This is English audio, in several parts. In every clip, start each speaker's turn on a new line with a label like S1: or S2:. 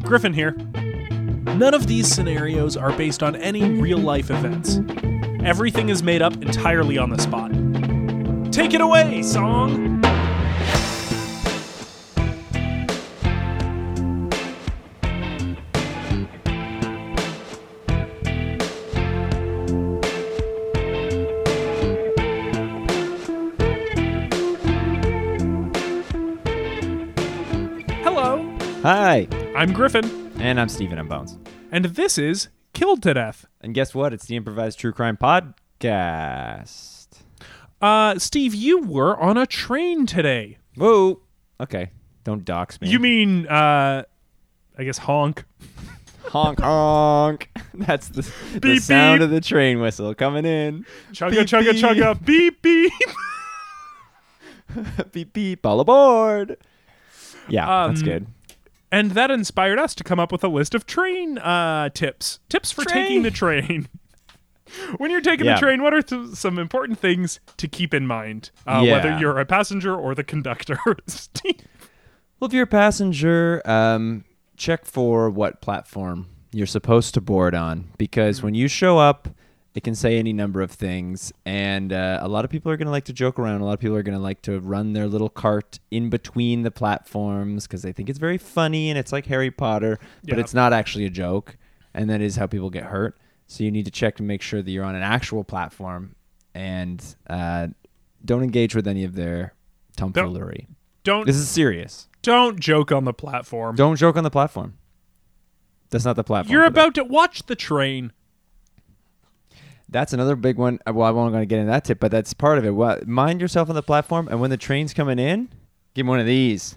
S1: Griffin here. None of these scenarios are based on any real life events. Everything is made up entirely on the spot. Take it away, song! Hello,
S2: Hi,
S1: I'm Griffin,
S2: and I'm Stephen M. Bones.
S1: and this is Killed to Death.
S2: And guess what? It's the Improvised True Crime Podcast.
S1: Uh, Steve, you were on a train today.
S2: Whoa. Okay. Don't dox me.
S1: You mean, uh, I guess honk.
S2: honk honk? That's the, the
S1: Beep,
S2: sound
S1: beep.
S2: of the train whistle coming in.
S1: Chugga,
S2: Beep,
S1: chugga,
S2: beep.
S1: chugga, beep, beep.
S2: beep beep, all aboard. Yeah, that's
S1: Um,
S2: good.
S1: And that inspired us to come up with a list of train uh, tips. Tips for
S2: Train.
S1: taking the train. when you're taking
S2: Yeah.
S1: the train, what are th- some important things to keep in mind? Uh,
S2: Yeah.
S1: Whether you're a passenger or the conductor. Steve.
S2: Well, if you're a passenger, um, check for what platform you're supposed to board on because when you show up, it can say any number of things. And uh, a lot of people are going to like to joke around. A lot of people are going to like to run their little cart in between the platforms because they think it's very funny and it's like Harry Potter, but
S1: Yeah.
S2: it's not actually a joke. And that is how people get hurt. So you need to check to make sure that you're on an actual platform and uh, don't engage with any of their tomfoolery.
S1: Don't
S2: This is serious.
S1: don't joke on the platform.
S2: Don't joke on the platform. That's not the platform.
S1: You're
S2: for that.
S1: about to watch the train.
S2: That's another big one. Uh, Well, I won't going to get into that tip, but that's part of it. Well, mind yourself on the platform, and when the train's coming in, give me one of these.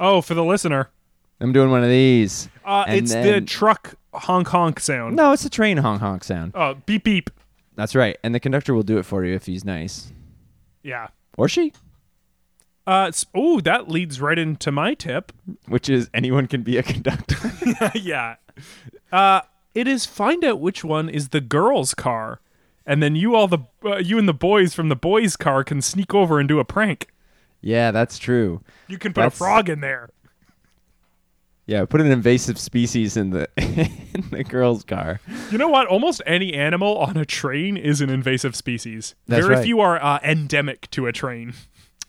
S1: Oh, for the listener.
S2: I'm doing one of these.
S1: Uh,
S2: And
S1: it's the
S2: then-
S1: truck honk honk sound.
S2: no, it's a train honk honk sound.
S1: Oh, beep beep.
S2: That's right, and the conductor will do it for you if he's nice
S1: Yeah.
S2: or she,
S1: Uh, oh, that leads right into my tip.
S2: which is anyone can be a conductor.
S1: yeah. Uh, it is find out which one is the girl's car, and then you all the uh, you and the boys from the boys' car can sneak over and do a prank.
S2: yeah, that's true.
S1: You can put
S2: That's-
S1: a frog in there.
S2: Yeah, put an invasive species in the in the girl's car.
S1: You know what? Almost any animal on a train is an invasive species.
S2: That's
S1: Very
S2: right.
S1: few are uh, endemic to a train.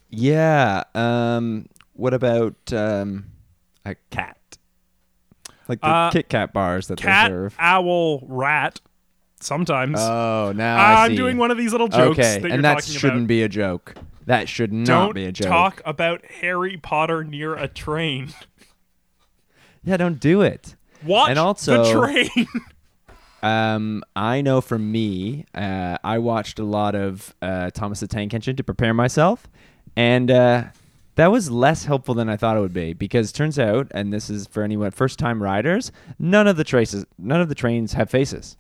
S2: Yeah. Um, what about um, a cat? Like the
S1: Uh,
S2: Kit Kat bars that
S1: Cat,
S2: they serve.
S1: owl, rat. Sometimes
S2: Oh, now I
S1: I'm
S2: see.
S1: doing one of these little jokes
S2: okay,
S1: that you're
S2: and that
S1: talking
S2: shouldn't
S1: about.
S2: be a joke. That should not
S1: Don't
S2: be a joke.
S1: talk about Harry Potter near a train.
S2: Yeah, don't do it.
S1: Watch
S2: And also-
S1: the train.
S2: Um, I know for me, uh, I watched a lot of uh, Thomas the Tank Engine to prepare myself, and uh, that was less helpful than I thought it would be because turns out, and this is for anyone first time riders, none of the traces, none of the trains have faces.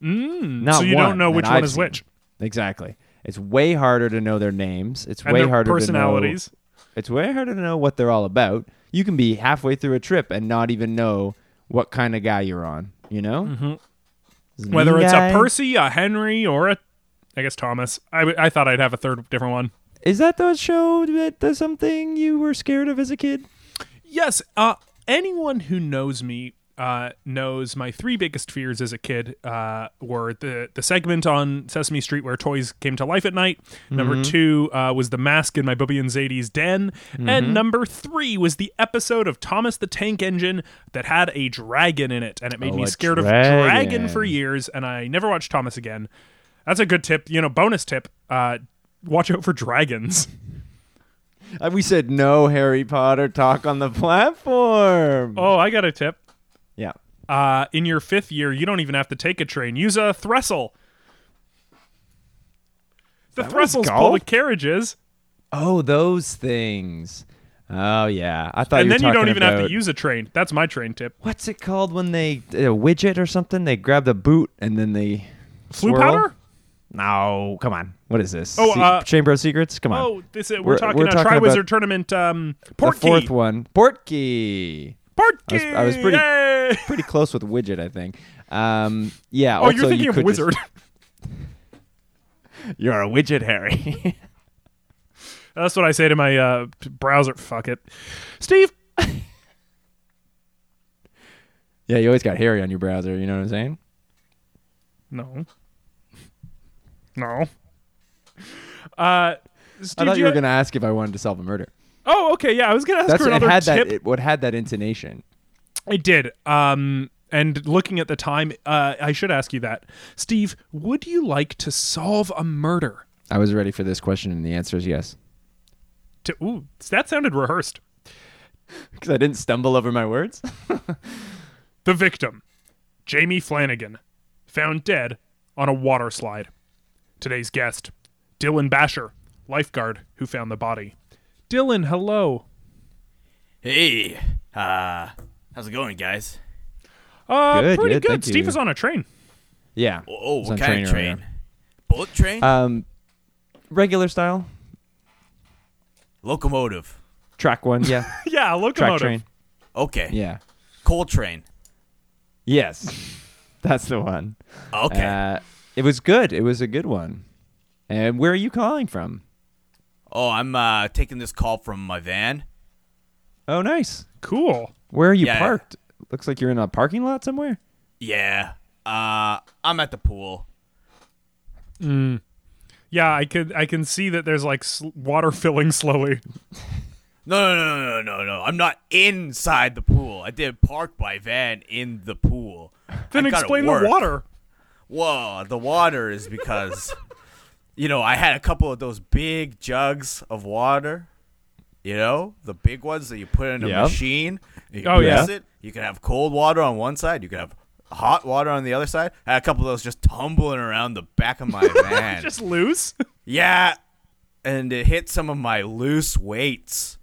S2: Mm, Not
S1: so you
S2: one
S1: don't know
S2: that
S1: which
S2: I've
S1: one is
S2: seen.
S1: which.
S2: Exactly. It's way harder to know their names. It's
S1: And
S2: way
S1: their
S2: harder
S1: personalities.
S2: to know. It's way harder to know what they're all about. You can be halfway through a trip and not even know what kind of guy you're on. You know, Is it a
S1: Mm-hmm. Whether
S2: mean
S1: it's
S2: guy?
S1: a Percy, a Henry, or a, I guess Thomas. I, w- I thought I'd have a third different one.
S2: Is that the show that that's something you were scared of as a kid?
S1: Yes. Uh, anyone who knows me uh, knows my three biggest fears as a kid uh, were the the segment on Sesame Street where toys came to life at night. Number
S2: Mm-hmm.
S1: two uh, was the mask in my Bubby and Zadie's den,
S2: Mm-hmm.
S1: and number three was the episode of Thomas the Tank Engine that had a dragon in it, and it made
S2: Oh,
S1: me
S2: a
S1: scared of dragon
S2: dragon.
S1: for years. And I never watched Thomas again. That's a good tip. You know, bonus tip. Uh, watch out for dragons.
S2: Uh, We said no Harry Potter talk on the platform.
S1: Oh, I got a tip.
S2: Yeah.
S1: uh, in your fifth year, you don't even have to take a train. Use a trestle. The
S2: That was
S1: trestles pull the
S2: golf?
S1: carriages,
S2: Oh, those things. Oh yeah, I thought.
S1: and
S2: were
S1: then you don't
S2: talking
S1: even have
S2: about-
S1: to use a train. That's my train tip.
S2: what's it called when they a widget or something? They grab the boot and then they
S1: Flu
S2: swirl?
S1: powder?
S2: No, come on. What is this?
S1: Oh, uh,
S2: Chamber of Secrets. Come on.
S1: Oh, this is, we're,
S2: We're-
S1: talking
S2: we're
S1: a
S2: talking
S1: Triwizard
S2: about
S1: tournament. Um, port
S2: the fourth
S1: key.
S2: one, port key.
S1: Port
S2: I was-
S1: key.
S2: I was pretty-
S1: Yay!
S2: Pretty close with widget, I think. Um, yeah.
S1: Oh, you're thinking of wizard.
S2: you're a widget, Harry.
S1: That's what I say to my uh, browser. Fuck it, Steve.
S2: Yeah, you always got Harry on your browser. You know what I'm saying?
S1: No. No. Uh,
S2: I
S1: dude,
S2: thought you were gonna ask if I wanted to solve a murder.
S1: Oh, okay. Yeah, I was gonna ask
S2: That's
S1: for
S2: it
S1: another
S2: had
S1: tip.
S2: that it, what had that intonation.
S1: I did. Um, and looking at the time, uh, I should ask you that, Steve. Would you like to solve a murder?
S2: I was ready for this question, and the answer is yes.
S1: To, ooh, that sounded rehearsed.
S2: Because I didn't stumble over my words.
S1: The victim, Jamie Flanagan, found dead on a water slide. Today's guest, Dylan Basher, lifeguard who found the body. Dylan, hello.
S3: Hey, uh, how's it going, guys?
S1: Uh,
S2: Good,
S1: pretty
S2: good,
S1: good.
S2: thank
S1: Steve
S2: you.
S1: is on a train.
S2: yeah.
S3: Oh,
S2: It's
S3: what
S2: on
S3: kind
S2: train
S3: of train?
S2: right
S3: Bullet train?
S2: Um, regular style
S3: Locomotive.
S2: track one. Yeah.
S1: yeah, a
S2: track
S1: locomotive.
S2: train.
S3: Okay.
S2: Yeah.
S3: Coal train.
S2: Yes. That's the one.
S3: Okay.
S2: Uh, it was good. It was a good one. And where are you calling from?
S3: oh, I'm uh, taking this call from my van.
S2: Oh, nice.
S1: Cool.
S2: Where are you
S3: Yeah.
S2: parked? Looks like you're in a parking lot somewhere.
S3: Yeah. Uh, I'm at the pool.
S1: Yeah, I could. I can see that there's like sl- water filling slowly.
S3: No, no, no, no, no, no, no. I'm not inside the pool. I did park my van in the pool.
S1: Then
S3: I gotta
S1: explain
S3: work.
S1: the water.
S3: Whoa, the water is because, you know, I had a couple of those big jugs of water. You know, the big ones that you put in a
S2: Yeah.
S3: machine. You can
S1: Oh,
S3: press
S2: yeah.
S3: it. You can have cold water on one side. You can have hot water on the other side. I had a couple of those just tumbling around the back of my van.
S1: Just loose.
S3: yeah. And it hit some of my loose weights.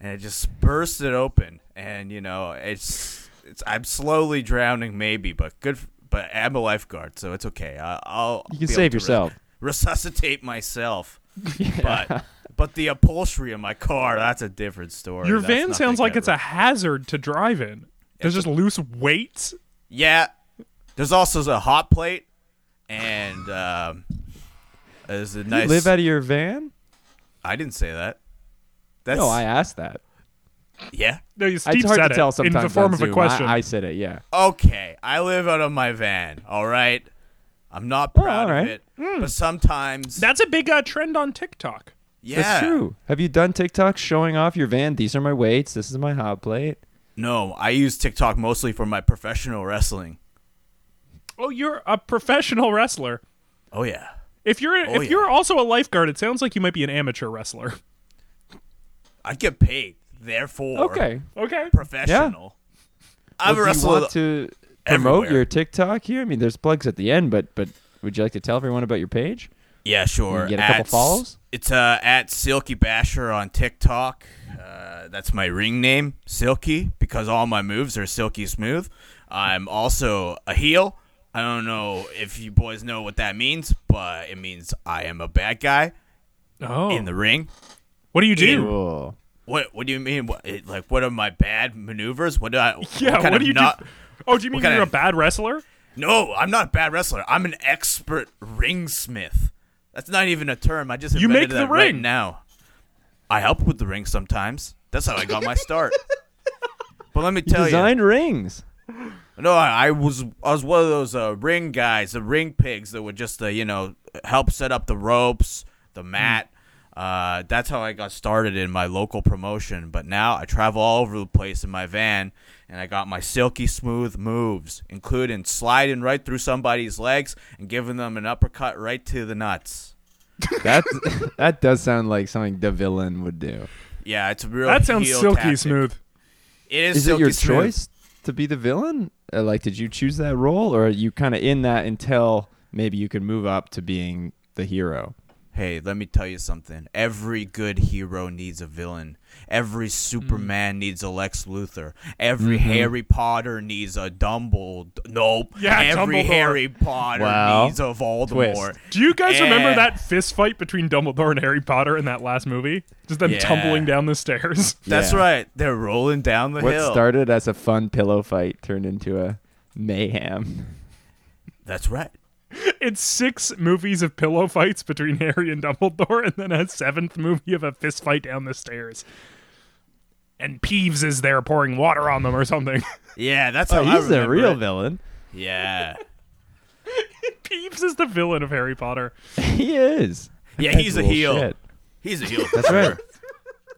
S3: And it just burst it open. And, you know, it's. It's, I'm slowly drowning, maybe, but good. f- But I'm a lifeguard, so it's okay. I, I'll
S2: You
S3: be
S2: can
S3: able
S2: save
S3: to res-
S2: yourself.
S3: resuscitate myself. But but the upholstery in my car, that's a different story.
S1: Your
S3: That's
S1: van
S3: nothing
S1: sounds like it's a
S3: ever-
S1: hazard to drive in. There's just loose weights.
S3: Yeah. There's also a hot plate and um there's a
S2: You
S3: nice
S2: live out of your van?
S3: I didn't say that. That's
S2: No, I asked that.
S3: Yeah.
S1: No, you- Steve
S2: it's hard
S1: said
S2: to
S1: it
S2: tell sometimes
S1: in the
S2: on
S1: form of
S2: Zoom.
S1: a
S2: I-
S1: question.
S2: I, said it. Yeah.
S3: Okay. I live out of my van, all right? I'm not proud
S2: Oh, all right. Hmm.
S3: of it. But sometimes
S1: That's a big uh, trend on TikTok.
S3: yeah.
S2: That's true. Have you done TikToks showing off your van? These are my weights. This is my hot plate.
S3: No, I use TikTok mostly for my professional wrestling.
S1: Oh, you're a professional wrestler.
S3: Oh yeah.
S1: If you're if
S3: Oh, yeah.
S1: you're also a lifeguard, it sounds like you might be an amateur wrestler.
S3: I get paid. Therefore
S2: Okay.
S1: Okay.
S3: professional. I've
S2: Well, do you
S3: wrestled
S2: want to promote
S3: everywhere.
S2: your TikTok here? I mean, there's plugs at the end, but but would you like to tell everyone about your page?
S3: Yeah, sure.
S2: get a couple
S3: At s-
S2: follows?
S3: It's uh, at Silky Basher on TikTok. Uh, that's my ring name, Silky, because all my moves are silky smooth. I'm also a heel. I don't know if you boys know what that means, but it means I am a bad guy
S1: Oh.
S3: in the ring.
S1: what do you do?
S2: Cool.
S3: What What do you mean? What, it, like, what are my bad maneuvers? What do I?
S1: yeah.
S3: kind
S1: What
S3: of
S1: do you
S3: not-
S1: do? Oh, do you mean
S3: kind
S1: you're a
S3: of-
S1: bad wrestler?
S3: No, I'm not a bad wrestler. I'm an expert ringsmith. That's not even a term. I just
S1: You make
S3: invented
S1: the
S3: that right
S1: ring.
S3: now. I help with the ring sometimes. That's how I got my start. but let me
S2: You
S3: tell
S2: designed rings.
S3: you, no, I, I was I was one of those uh, ring guys, the ring pigs that would just uh, you know help set up the ropes, the
S1: Hmm.
S3: mat. Uh, that's how I got started in my local promotion. But now I travel all over the place in my van, and I got my silky smooth moves, including sliding right through somebody's legs and giving them an uppercut right to the nuts.
S2: That that does sound like something the villain would do.
S3: Yeah, it's a real.
S1: That sounds
S3: heel
S1: silky
S3: tactic.
S1: smooth.
S3: It is.
S2: Is it
S3: silky
S2: your
S3: smooth.
S2: choice to be the villain? Uh, like, did you choose that role, or are you kind of in that until maybe you can move up to being the hero?
S3: Hey, let me tell you something. Every good hero needs a villain. Every
S2: Mm.
S3: Superman needs a Lex Luthor. Every
S2: Mm-hmm.
S3: Harry Potter needs a Dumbledore. Nope.
S1: Yeah,
S3: Every
S1: Dumbledore.
S3: Harry Potter
S2: Wow.
S3: needs a Voldemort.
S1: Do you guys remember
S3: Yeah.
S1: that fist fight between Dumbledore and Harry Potter in that last movie? Just them
S3: Yeah.
S1: tumbling down the stairs.
S3: That's
S2: Yeah.
S3: right. They're rolling down the
S2: What
S3: hill.
S2: started as a fun pillow fight turned into a mayhem.
S3: That's right.
S1: It's six movies of pillow fights between Harry and Dumbledore, and then a seventh movie of a fist fight down the stairs. and Peeves is there pouring water on them or something.
S3: Yeah, that's
S2: Oh,
S3: how I
S2: he's a
S3: remember
S2: real
S3: it.
S2: villain.
S3: Yeah.
S1: Peeves is the villain of Harry Potter.
S2: He is.
S3: Yeah, he's a
S2: Cool
S3: heel.
S2: shit.
S3: He's a heel.
S2: That's right.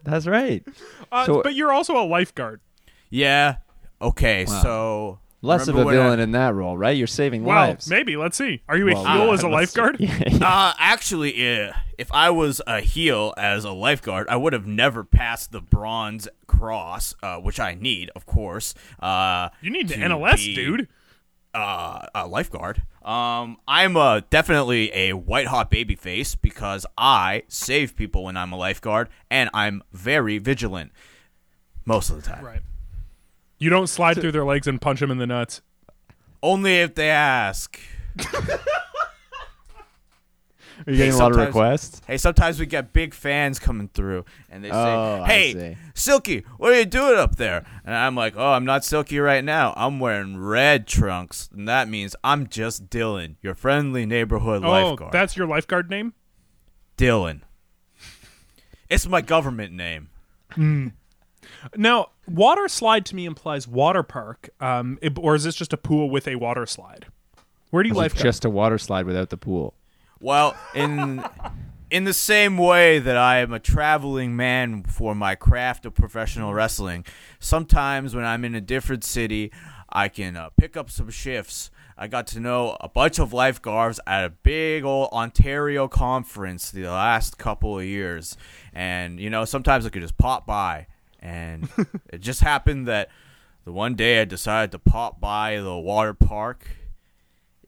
S2: That's right.
S1: Uh,
S2: So-
S1: but you're also a lifeguard.
S3: Yeah. Okay, so
S2: Less of a
S3: remember when I-
S2: villain in that role, right? You're saving
S1: Well,
S2: lives.
S1: maybe. Let's see. Are you a
S2: Well,
S1: heel
S2: yeah,
S1: as a
S2: let's see.
S1: lifeguard?
S3: Uh, actually, eh, if I was a heel as a lifeguard, I would have never passed the bronze cross, uh, which I need, of course. Uh,
S1: You need
S3: to
S1: an NLS,
S3: be,
S1: dude.
S3: Uh, a lifeguard. Um, I'm uh, definitely a white hot baby face because I save people when I'm a lifeguard, and I'm very vigilant most of the time.
S1: Right. You don't slide through their legs and punch them in the nuts.
S3: Only if they ask.
S2: Are you getting a lot of
S3: sometimes-
S2: requests?
S3: Hey, sometimes we get big fans coming through, and they say,
S2: Oh, I
S3: "Hey,
S2: see.
S3: Silky, what are you doing up there?" And I'm like, "Oh, I'm not Silky right now. I'm wearing red trunks, and that means I'm just Dylan, your friendly neighborhood
S1: Oh,
S3: lifeguard.
S1: that's your lifeguard name?
S3: Dylan. It's my government name.
S1: Now, water slide to me implies water park, um, it- or is this just a pool with a water slide? Where do you
S2: Like
S1: lifeguard?
S2: just a water slide without the pool.
S3: Well, in in the same way that I am a traveling man for my craft of professional wrestling, sometimes when I'm in a different city, I can uh, pick up some shifts. I got to know a bunch of lifeguards at a big old Ontario conference the last couple of years, and you know sometimes I could just pop by, and it just happened that the one day I decided to pop by the water park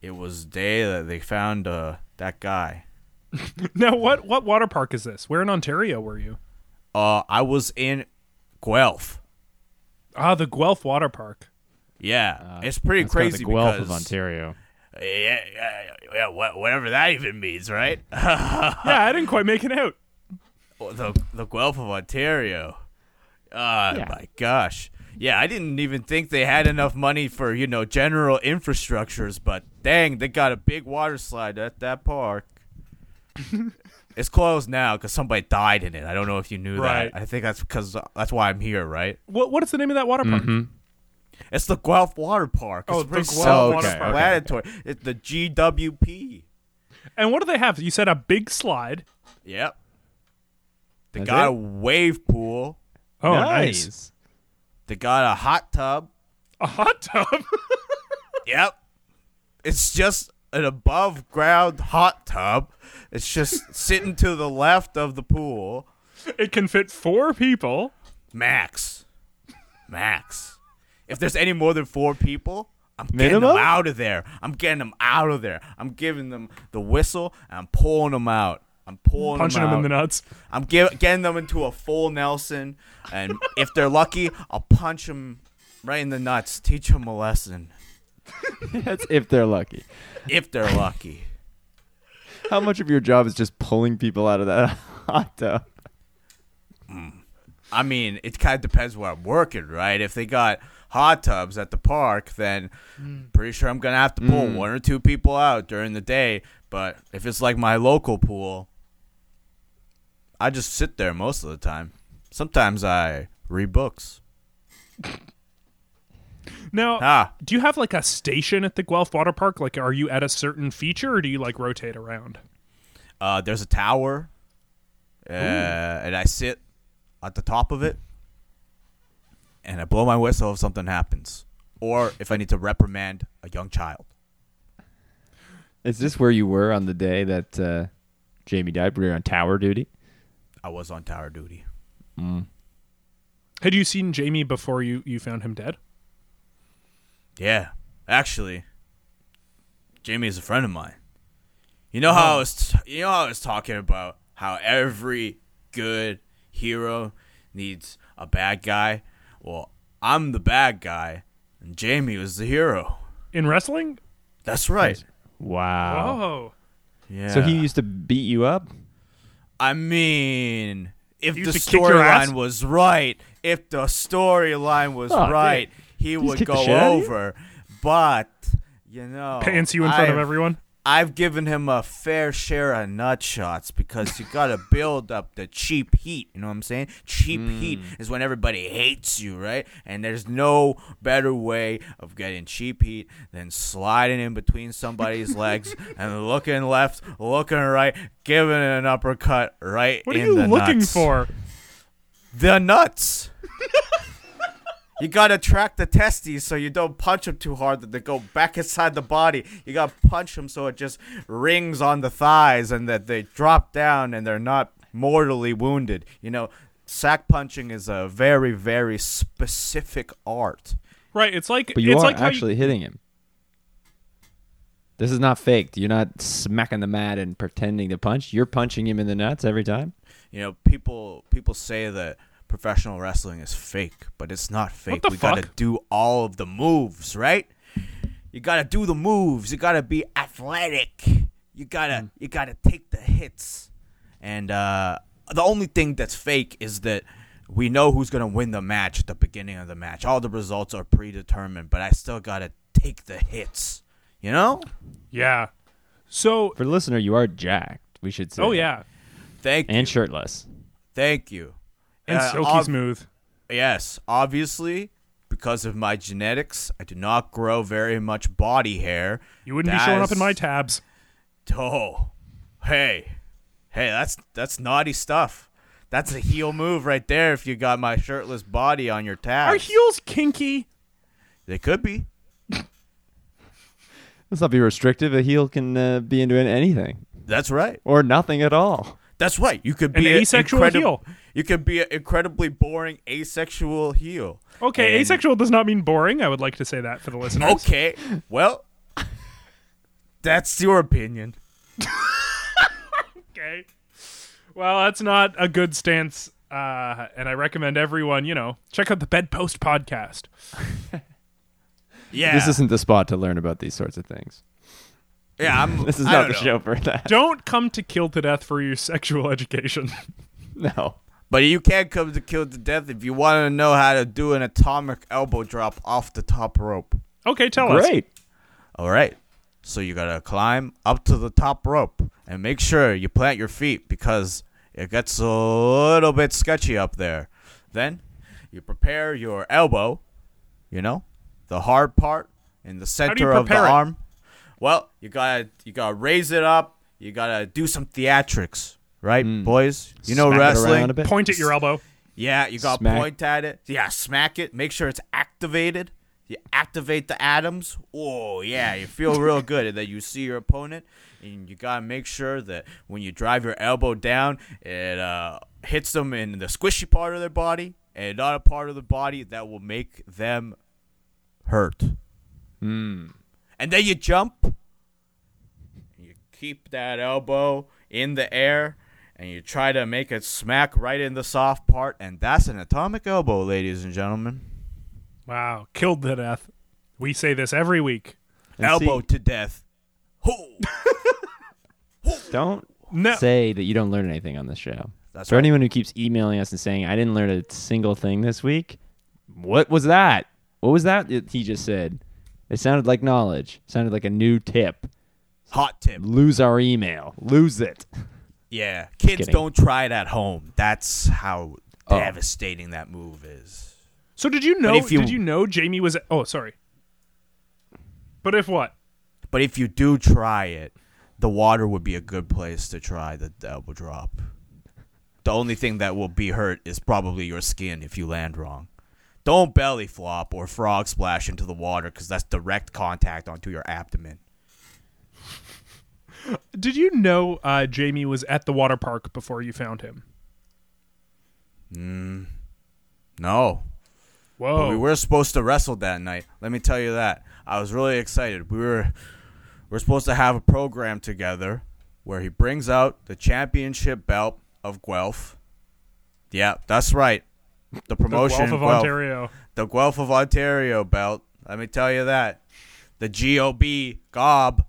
S3: it was the day that they found uh, that guy.
S1: now, what, what water park is this? Where in Ontario were you?
S3: Uh, I was in Guelph.
S1: Ah, the Guelph Water Park.
S3: Yeah, it's pretty
S2: Uh, That's
S3: crazy
S2: the Guelph
S3: because
S2: of Ontario.
S3: Yeah, yeah, yeah, wha- whatever that even means, right? Uh,
S1: yeah, I didn't quite make it out.
S3: the the Guelph of Ontario. Uh,
S2: Yeah.
S3: my gosh. Yeah, I didn't even think they had enough money for you know general infrastructures, but dang, they got a big water slide at that park. it's closed now because somebody died in it. I don't know if you knew
S1: Right.
S3: that. I think that's because that's why I'm here, right?
S1: What, what is the name of that water park?
S3: Mm-hmm. It's the Guelph Water Park. It's
S1: Oh, the
S3: pretty
S1: Guelph
S2: Water
S3: self
S2: Park.
S3: explanatory. It's the GWP.
S1: And what do they have? You said a big slide.
S3: Yep. They
S2: That's
S3: got a
S2: it?
S3: wave pool.
S1: Oh,
S3: They got a hot tub.
S1: A hot tub.
S3: Yep. It's just an above ground hot tub. It's just sitting to the left of the pool.
S1: it can fit four people.
S3: Max. Max. If there's any more than four people, I'm getting
S2: Minimum?
S3: them out of there. I'm getting them out of there. I'm giving them the whistle and I'm pulling them out. I'm pulling
S1: Punching
S3: them
S1: them in
S3: out.
S1: the nuts.
S3: I'm give, getting them into a full Nelson, and if they're lucky, I'll punch them right in the nuts, teach them a lesson
S2: That's if they're lucky.
S3: if they're lucky.
S2: How much of your job is just pulling people out of that hot tub?
S3: I mean, it kind of depends where I'm working, right? If they got hot tubs at the park, then pretty sure I'm gonna have to pull one or two people out during the day. But if it's like my local pool, I just sit there most of the time. Sometimes I read books.
S1: Now,
S3: Ah,
S1: do you have like a station at the Guelph Water Park? Like, are you at a certain feature, or do you like rotate around?
S3: Uh, there's a tower, uh, and I sit at the top of it, and I blow my whistle if something happens, or if I need to reprimand a young child.
S2: Is this where you were on the day that uh, Jamie died? Were you on tower duty?
S3: I was on tower duty.
S1: Had you seen Jamie before you you found him dead?
S3: Yeah, actually, Jamie is a friend of mine. You know how I was, t- you know how I was talking about how every good hero needs a bad guy. Well, I'm the bad guy, and Jamie was the hero.
S1: In wrestling?
S3: That's right.
S2: Wow.
S1: Oh.
S3: Yeah.
S2: So he used to beat you up?
S3: I mean, if
S1: He
S3: the
S1: used to kick your ass?
S3: storyline was right, if the storyline was
S2: Oh, dude.
S3: right, he
S2: just
S3: would
S2: kicked the
S3: go
S2: shit out of you?
S3: over. But you know,
S1: Pants you in front of
S3: I've-
S1: everyone?
S3: I've given him a fair share of nut shots because you gotta build up the cheap heat. You know what I'm saying? Cheap heat
S1: Mm.
S3: is when everybody hates you, right? And there's no better way of getting cheap heat than sliding in between somebody's legs and looking left, looking right, giving an uppercut right
S1: What are
S3: in
S1: you
S3: the
S1: looking
S3: nuts.
S1: for?
S3: The nuts. you gotta track the testes so you don't punch them too hard that they go back inside the body. You gotta punch them so it just rings on the thighs and that they drop down and they're not mortally wounded. You know, sack punching is a very, very specific art.
S1: Right. It's like
S2: But you
S1: it's
S2: are
S1: like how you-
S2: actually hitting him. This is not faked. You're not smacking the mat and pretending to punch. You're punching him in the nuts every time.
S3: You know, people people say that professional wrestling is fake, but it's not fake.
S1: the
S3: we gotta
S1: fuck?
S3: do all of the moves, right? You gotta do the moves. You gotta be athletic. You gotta
S1: Hmm.
S3: you gotta take the hits. And uh, the only thing that's fake is that we know who's gonna win the match at the beginning of the match. All the results are predetermined, but I still gotta take the hits. You know?
S1: yeah. So
S2: For the listener, you are jacked. We should say.
S1: oh
S2: that.
S1: yeah,
S3: Thank
S2: And
S3: you.
S2: shirtless.
S3: Thank you.
S1: and
S3: Uh,
S1: silky
S3: ob-
S1: smooth.
S3: Yes, obviously, because of my genetics, I do not grow very much body hair.
S1: You wouldn't be
S3: That
S1: showing up
S3: is-
S1: in my tabs.
S3: Oh, hey, hey, that's that's naughty stuff. That's a heel move right there. If you got my shirtless body on your tabs,
S1: Are heels kinky?
S3: they could be.
S2: Let's not be restrictive. A heel can uh, be into anything
S3: That's right.
S2: or nothing at all.
S3: That's right. You could
S1: An
S3: be a
S1: asexual
S3: incredi-
S1: heel.
S3: You could be an incredibly boring asexual heel.
S1: Okay,
S3: And-
S1: asexual does not mean boring. I would like to say that for the listeners.
S3: Okay. Well, that's your opinion.
S1: Okay. Well, that's not a good stance, uh, and I recommend everyone, you know, check out the Bedpost podcast.
S3: Yeah.
S2: This isn't the spot to learn about these sorts of things.
S3: yeah. I'm,
S2: This is
S3: I
S2: not
S3: don't
S2: the
S3: know.
S2: show for that.
S1: Don't come to Kill to Death for your sexual education.
S2: No.
S3: But you can come to kill to death if you want to know how to do an atomic elbow drop off the top rope.
S1: okay, tell us.
S2: Great.
S3: All right. So you gotta climb up to the top rope and make sure you plant your feet because it gets a little bit sketchy up there. Then you prepare your elbow, you know, the hard part in the center of the
S1: prepare it?
S3: arm. Well, you gotta you gotta raise it up. You gotta do some theatrics, right, boys? You know
S2: Hmm. Smack it
S3: wrestling.
S2: around a bit.
S1: Point at your elbow.
S3: Yeah, you got to
S2: Smack.
S3: point at it. Yeah, smack it. Make sure it's activated. You activate the atoms. Oh yeah, you feel real good, and then you see your opponent, and you gotta make sure that when you drive your elbow down, it uh, hits them in the squishy part of their body, and not a part of the body that will make them hurt. Hmm. And then you jump. You keep that elbow in the air and you try to make it smack right in the soft part, and that's an atomic elbow, ladies and gentlemen.
S1: Wow, killed to death. We say this every week.
S2: And
S3: elbow
S2: see-
S3: to death. Hoo!
S2: Don't
S1: No.
S2: say that you don't learn anything on this show.
S3: That's
S2: For
S3: right.
S2: anyone who keeps emailing us and saying, I didn't learn a single thing this week, what was that? What was that that he just said? It sounded like knowledge, sounded like a new tip.
S3: Hot tip.
S2: Lose our email, lose it.
S3: Yeah. Kids
S2: kidding.
S3: don't try it at home. That's how
S2: Oh.
S3: devastating that move is.
S1: So did you know?
S3: if you-
S1: Did you know Jamie was? Oh, sorry. But if what?
S3: But if you do try it, the water would be a good place to try the elbow drop. The only thing that will be hurt is probably your skin if you land wrong. Don't belly flop or frog splash into the water because that's direct contact onto your abdomen.
S1: Did you know uh, Jamie was at the water park before you found him?
S3: No.
S1: Whoa.
S3: But we were supposed to wrestle that night. Let me tell you that. I was really excited. We were we are supposed to have a program together where he brings out the championship belt of Guelph. Yeah, that's right. The
S1: the
S3: promotion
S1: Guelph of
S3: Guelph.
S1: Ontario.
S3: The Guelph of Ontario belt. Let me tell you that. The GOB gob.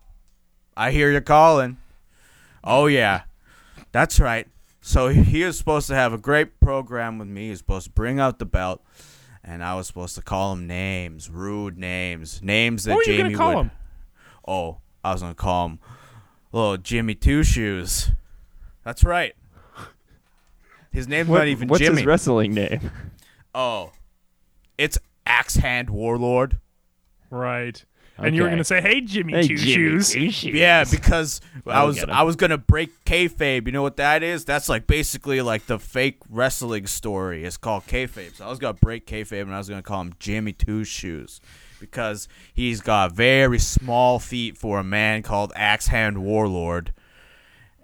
S3: I hear you calling. Oh yeah. That's right. So he was supposed to have a great program with me. He was supposed to bring out the belt, and I was supposed to call him names, rude names, names that
S1: What were you
S3: Jamie
S1: gonna call
S3: would.
S1: him?
S3: Oh, I was gonna call him little Jimmy Two Shoes. That's right. His name's
S2: What-
S3: not even
S2: what's
S3: Jimmy.
S2: his wrestling name?
S3: oh, it's Axe Hand Warlord.
S1: Right. And you were
S2: Okay.
S1: going to say, "Hey, Jimmy
S2: Hey,
S1: Two
S2: Jimmy
S1: Shoes."
S2: Two Shoes.
S3: Yeah, because I
S2: I'll
S3: was
S2: get 'em.
S3: I was gonna break kayfabe. You know what that is? That's like basically like the fake wrestling story. It's called kayfabe. So I was gonna break kayfabe, and I was gonna call him Jimmy Two Shoes because he's got very small feet for a man called Axe Hand Warlord.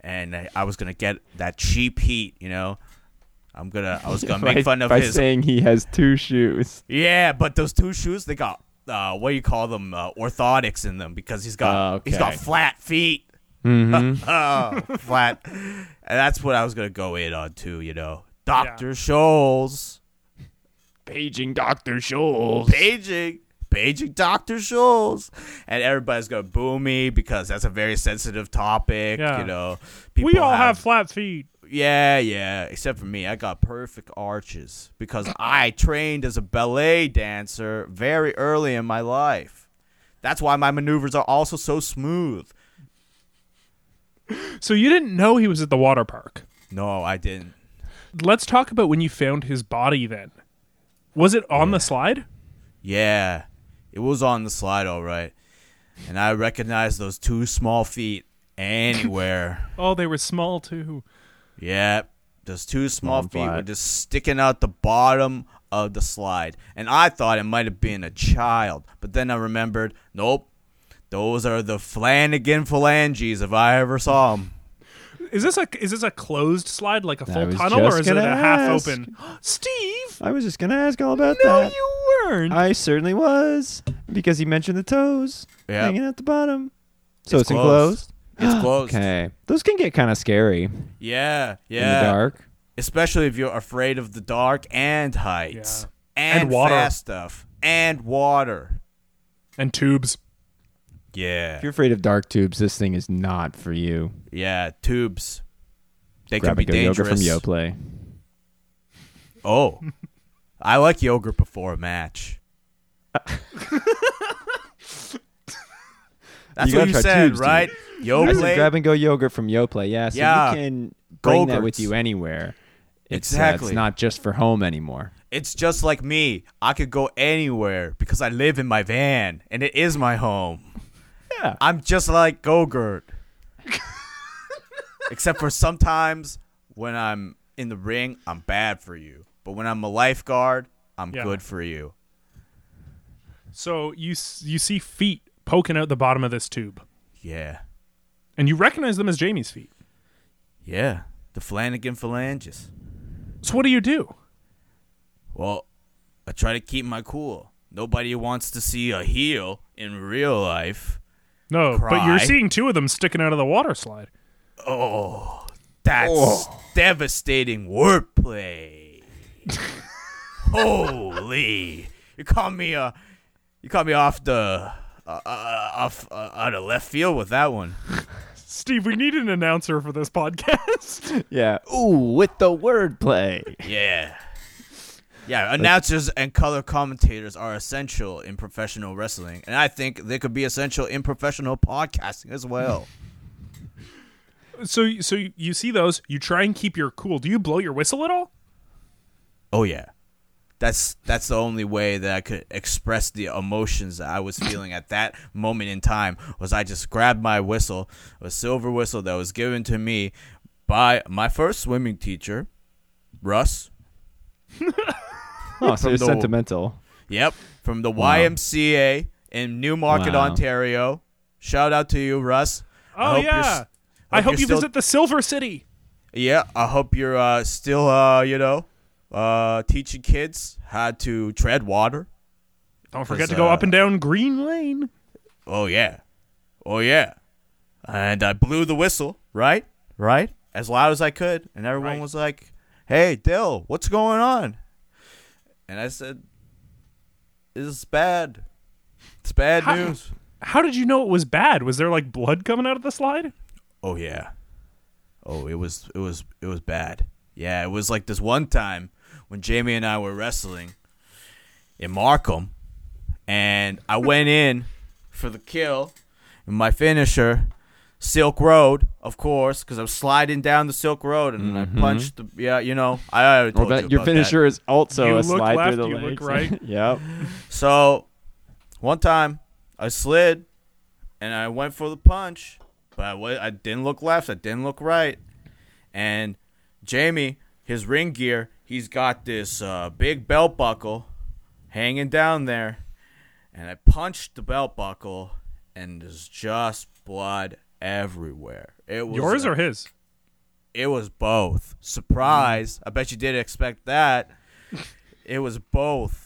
S3: And I- I was gonna get that cheap heat. You know, I'm gonna I was gonna
S2: by,
S3: make fun of
S2: by
S3: his
S2: saying he has two shoes.
S3: yeah, but those two shoes they got uh, what do you call them uh, orthotics in them because he's got
S2: Oh,
S3: he's got
S2: okay. Mm-hmm.
S3: flat feet. oh, flat. And that's what I was gonna go in on too. You know, Doctor Scholes
S2: Paging Doctor Scholes.
S3: paging. Paging Dr. Scholes. And everybody's going to boo me because that's a very sensitive topic.
S1: Yeah.
S3: You know,
S1: We all have flat feet.
S3: Yeah, yeah. Except for me, I got perfect arches because I trained as a ballet dancer very early in my life. That's why my maneuvers are also so smooth.
S1: So you didn't know he was at the water park.
S3: No, I didn't.
S1: Let's talk about when you found his body. Then, was it on the slide?
S3: Yeah, it was on the slide, all right. And I recognized those two small feet anywhere.
S1: Oh, they were small too.
S3: yeah, those two small
S2: and
S3: feet were
S2: flat.
S3: just sticking out the bottom of the slide. And I thought it might have been a child, but then I remembered nope, those are the Flanagan phalanges if I ever saw them.
S1: Is this a is this a closed slide like a full
S2: was
S1: tunnel,
S2: just
S1: or is it a
S2: gonna
S1: half
S2: ask.
S1: open? Steve,
S2: I was just gonna ask all about
S1: no,
S2: that.
S1: you weren't.
S3: Mm-hmm.
S2: I certainly was because he mentioned the toes
S3: Yeah.
S2: hanging at the bottom. So it's,
S3: It's closed.
S2: enclosed.
S3: It's closed.
S2: Okay, those can get kind of scary
S3: Yeah,
S2: in the
S3: yeah.
S2: dark.
S3: Especially if you're afraid of the dark and heights and,
S1: And water.
S3: fast stuff and water.
S1: And tubes.
S3: Yeah.
S2: If you're afraid of dark tubes, this thing is not for you.
S3: Yeah, tubes. They
S2: Grab
S3: can be
S2: and go yoga
S3: dangerous.
S2: from YoPlay.
S3: Oh. I like yogurt before a match. That's
S2: You
S3: what
S2: gotta
S3: you
S2: try
S3: said,
S2: tubes, dude.
S3: right?
S2: I said
S3: Yogurt.
S2: grab and go yogurt from YoPlay. Yeah, so
S3: Oh, Yeah.
S2: you can bring that
S3: Go-gurts.
S2: with you anywhere. It's, uh,
S3: Exactly.
S2: it's not just for home anymore.
S3: it's just like me. I could go anywhere because I live in my van and it is my home.
S2: Yeah.
S3: I'm just like Gogurt. Except for sometimes when I'm in the ring, I'm bad for you. But when I'm a lifeguard, I'm
S1: Yeah.
S3: good for you.
S1: So you s- you see feet poking out the bottom of this tube,
S3: Yeah.
S1: and you recognize them as Jamie's feet.
S3: Yeah. The Flanagan phalanges.
S1: So what do you do?
S3: Well, I try to keep my cool. Nobody wants to see a heel in real life.
S1: No, but
S3: Cry.
S1: you're seeing two of them sticking out of the water slide.
S3: That's devastating wordplay. Holy! You caught me. Uh, you caught me off the uh, uh, off uh, out of left field with that one.
S1: Steve, we need an announcer for this podcast.
S2: Yeah. Ooh, with the wordplay.
S3: Yeah. Yeah, announcers and color commentators are essential in professional wrestling, and I think they could be essential in professional podcasting as well.
S1: so so you see those, you try and keep your cool. Do you blow your whistle at all?
S3: Oh yeah. That's that's the only way that I could express the emotions that I was feeling at that moment in time was I just grabbed my whistle, a silver whistle that was given to me by my first swimming teacher, Russ.
S2: Oh, so you're
S3: the-
S2: sentimental.
S3: Yep, from the YMCA in Newmarket,
S2: Wow.
S3: Ontario. Shout out to you, Russ. I
S1: Oh
S3: hope you're
S1: yeah.
S3: s-
S1: I hope
S3: you're
S1: you
S3: still-
S1: visit the Silver City.
S3: Yeah, I hope you're uh, still uh, you know, uh, teaching kids how to tread water.
S1: Don't forget
S3: Because,
S1: to go
S3: uh,
S1: up and down Green Lane.
S3: Oh yeah. Oh yeah. And I blew the whistle, right? Right? As loud as I could. And everyone
S1: Right.
S3: was like, Hey Dill, what's going on? And I said, It's bad. It's bad
S1: How-
S3: news.
S1: How did you know it was bad? Was there like blood coming out of the slide?
S3: Oh yeah. Oh, it was it was it was bad. Yeah, it was like this one time when Jamie and I were wrestling in Markham and I went in for the kill and my finisher Silk Road, of course, because I was sliding down the Silk Road and I punched the yeah, you know, I already told
S2: Or
S3: you
S2: Mm-hmm. your
S3: about that.
S2: finisher is also
S1: You
S2: a
S1: look
S2: slide
S1: left,
S2: through the
S1: you look
S2: legs.
S1: right.
S2: yep.
S3: So, one time I slid and I went for the punch, but I wa- I didn't look left, I didn't look right. And Jamie, his ring gear, he's got this uh, big belt buckle hanging down there. And I punched the belt buckle, and there's just blood everywhere. It was
S1: Yours
S3: a-
S1: or his?
S3: it was both. Surprise! I bet you did expect that. it was both.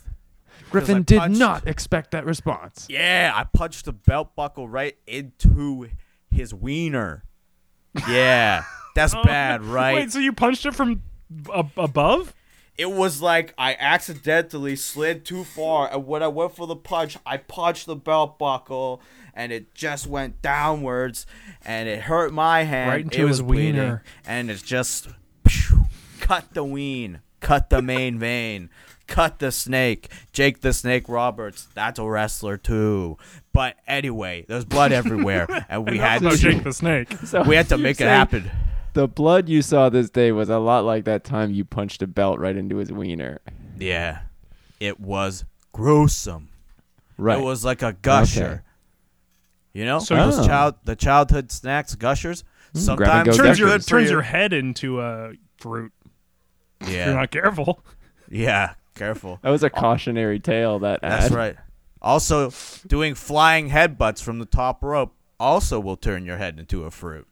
S2: Griffin
S3: I
S2: did
S3: punched-
S2: not expect that response.
S3: Yeah, I punched the belt buckle right into his wiener. Yeah, that's bad, right?
S1: Oh, Wait, so you punched it from ab- above?
S3: it was like I accidentally slid too far, and when I went for the punch, I punched the belt buckle, and it just went downwards, and it hurt my hand.
S1: Right into
S3: it was
S1: his
S3: bleeding,
S1: wiener.
S3: and it just phew, cut the ween, cut the main vein, cut the snake. Jake the Snake Roberts, that's a wrestler too. But anyway, there's blood everywhere, and we had
S1: No, Jake
S3: to,
S1: the Snake.
S2: So
S3: we had to
S2: you're
S3: make it
S2: saying
S3: happen.
S2: The blood you saw this day was a lot like that time you punched a belt right into his wiener.
S3: Yeah, it was gruesome.
S2: Right.
S3: It was like a gusher.
S2: Okay.
S3: You know,
S1: So
S3: so
S2: Oh. Hmm,
S3: those child the childhood snacks gushers.
S2: grab and go
S3: Sometimes
S1: Turns
S2: Turns
S1: your
S2: your-
S1: turns your head into a fruit. If
S3: Yeah,
S1: you're not careful.
S3: yeah. Careful.
S2: that was a cautionary tale. That ad.
S3: That's right. Also, doing flying headbutts from the top rope also will turn your head into a fruit.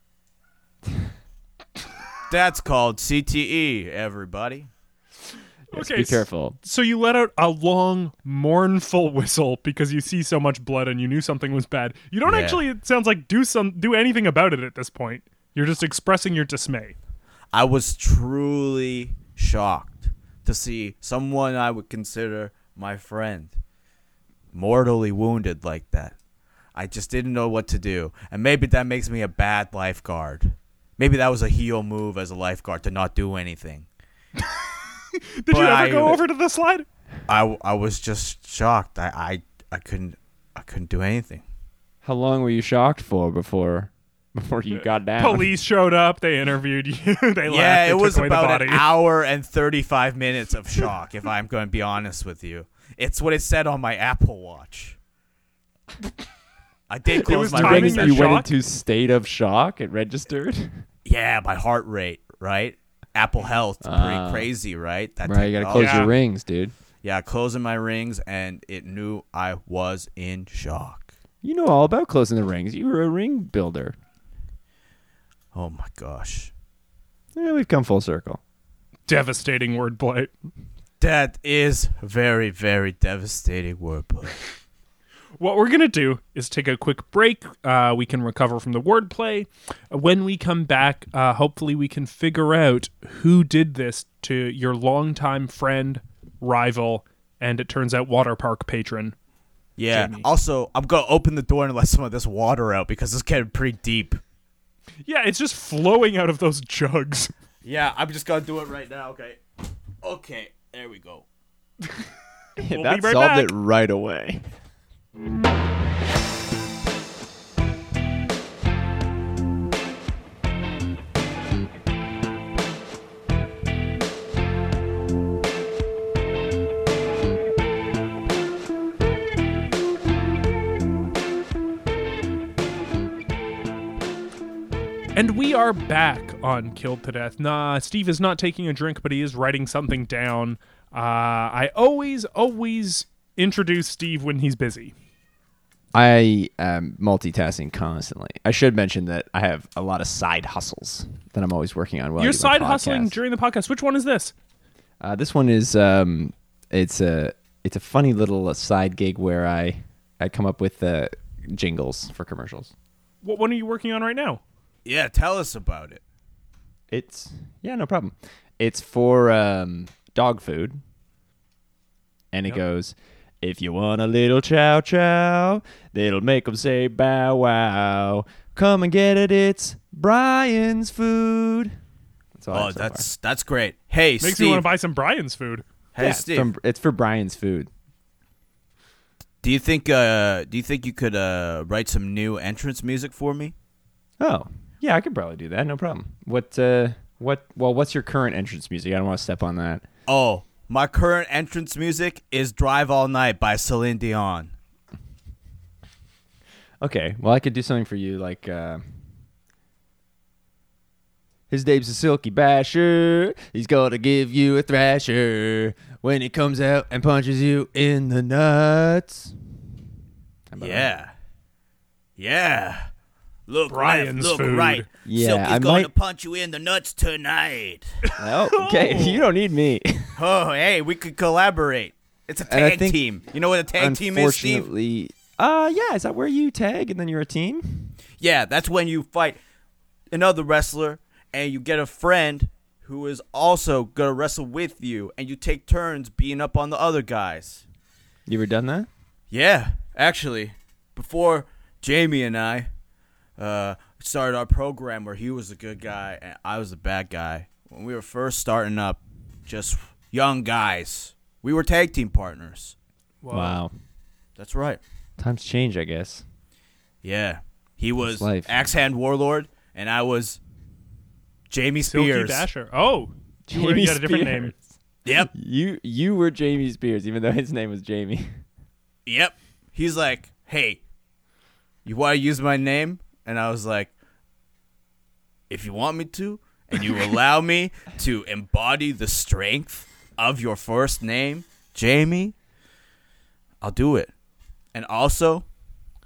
S3: That's called CTE, everybody.
S2: Yes,
S1: Okay,
S2: Be
S1: s-
S2: careful.
S1: So you let out a long, mournful whistle because you see so much blood and you knew something was bad. You don't
S3: Yeah.
S1: actually. It sounds like do some do anything about it at this point. You're just expressing your dismay.
S3: I was truly shocked to see someone I would consider my friend mortally wounded like that. I just didn't know what to do. And maybe that makes me a bad lifeguard. Maybe that was a heel move as a lifeguard to not do anything.
S1: Did
S3: But
S1: you ever
S3: I-
S1: go over to the slide?
S3: I, I was just shocked. I, I, I couldn't I couldn't do anything.
S2: How long were you shocked for before before you got down?
S1: Police showed up. They interviewed you. they laughed.
S3: yeah,
S1: they
S3: it was
S1: took away the
S3: about
S1: body.
S3: an hour and 35 minutes of shock, if I'm going to be honest with you. It's what it said on my Apple Watch. I did
S1: was
S3: close my
S2: You,
S1: timing
S2: went,
S1: Timing
S3: fingers.
S1: your
S2: you went
S1: shock?
S2: into state of shock. It registered.
S3: Yeah, my heart rate, right? Apple Health, pretty
S2: Ah.
S3: crazy, right? That
S2: right. You gotta close
S3: technology-
S1: Oh, Yeah.
S2: your rings, dude.
S3: Yeah, closing my rings, and it knew I was in shock.
S2: You know all about closing the rings. You were a ring builder.
S3: Oh my gosh.
S2: Yeah, we've come full circle.
S1: devastating wordplay.
S3: That is very, very devastating wordplay.
S1: What we're going to do is take a quick break. Uh, we can recover from the wordplay. When we come back, uh, hopefully, we can figure out who did this to your longtime friend, rival, and it turns out water park patron.
S3: Yeah.
S1: Jamie.
S3: Also, I'm gonna open the door and let some of this water out because it's getting pretty deep.
S1: Yeah, it's just flowing out of those jugs.
S3: Yeah, I'm just gonna do it right now. Okay. Okay. There we go.
S1: We'll
S2: that
S1: be right
S2: solved
S1: back.
S2: it right away.
S1: And we are back on Killed to Death. Nah, Steve is not taking a drink, but he is writing something down. Uh, I always, always introduce Steve when he's busy.
S2: I am multitasking constantly. I should mention that I have a lot of side hustles that I'm always working on. While
S1: You're
S2: I do my
S1: side hustling
S2: podcast.
S1: during the podcast. Which one is this?
S2: Uh, this one is um, it's a it's a funny little uh, side gig where I I come up with uh, jingles for commercials.
S1: What one are you working on right now?
S3: Yeah, tell us about it.
S2: It's yeah, no problem. It's for um, dog food, and it goes. If you want a little chow chow, that'll make 'em say bow wow. Come and get it. It's Brian's food. That's all I
S3: Oh,
S2: have so
S3: that's that's great. Hey,
S1: Makes
S3: Steve.
S1: me want to buy some Brian's food.
S2: far.
S3: hey,
S2: Yeah, it's
S3: Steve.
S2: from- it's for Brian's food.
S3: Do you think uh do you think you could uh write some new entrance music for me?
S2: Oh, yeah, I could probably do that. No problem. What? Uh, what? Well, what's your current entrance music? I don't want to step on that.
S3: Oh, my current entrance music is "Drive All Night" by Celine Dion.
S2: Okay. Well, I could do something for you, like. Uh, his name's a silky basher. He's gonna give you a thrasher when he comes out and punches you in the nuts. How about that?
S3: Yeah, yeah. Look
S1: Brian's
S3: left, look
S1: food.
S3: right.
S2: Yeah,
S3: Silky's
S2: I
S3: gonna
S2: might-
S3: punch you in the nuts tonight.
S2: Oh, okay. You don't need me.
S3: oh, hey, we could collaborate. It's a
S2: And I
S3: tag
S2: think-
S3: team. You know what a tag team is, Steve?
S2: Unfortunately, uh, yeah. Is that where you tag and then you're a team?
S3: Yeah, that's when you fight another wrestler and you get a friend who is also gonna wrestle with you, and you take turns beating up on the other guys.
S2: You ever done that?
S3: Yeah, actually, before Jamie and I uh, started our program where he was a good guy and I was a bad guy, when we were first starting up, just young guys, we were tag team partners.
S1: Whoa.
S2: Wow.
S3: That's right.
S2: Times change, I guess.
S3: Yeah. He was
S2: life.
S3: Axe Hand Warlord, and I was Jamie
S1: Silky
S3: Spears.
S1: Dasher. Oh, you were-
S2: Jamie
S1: you had a different
S2: Spears.
S1: name.
S3: Yep.
S2: You you were Jamie Spears, even though his name was Jamie.
S3: Yep. He's like, hey, you want to use my name? And I was like, if you want me to, and you allow me to embody the strength of your first name, Jamie, I'll do it. And also,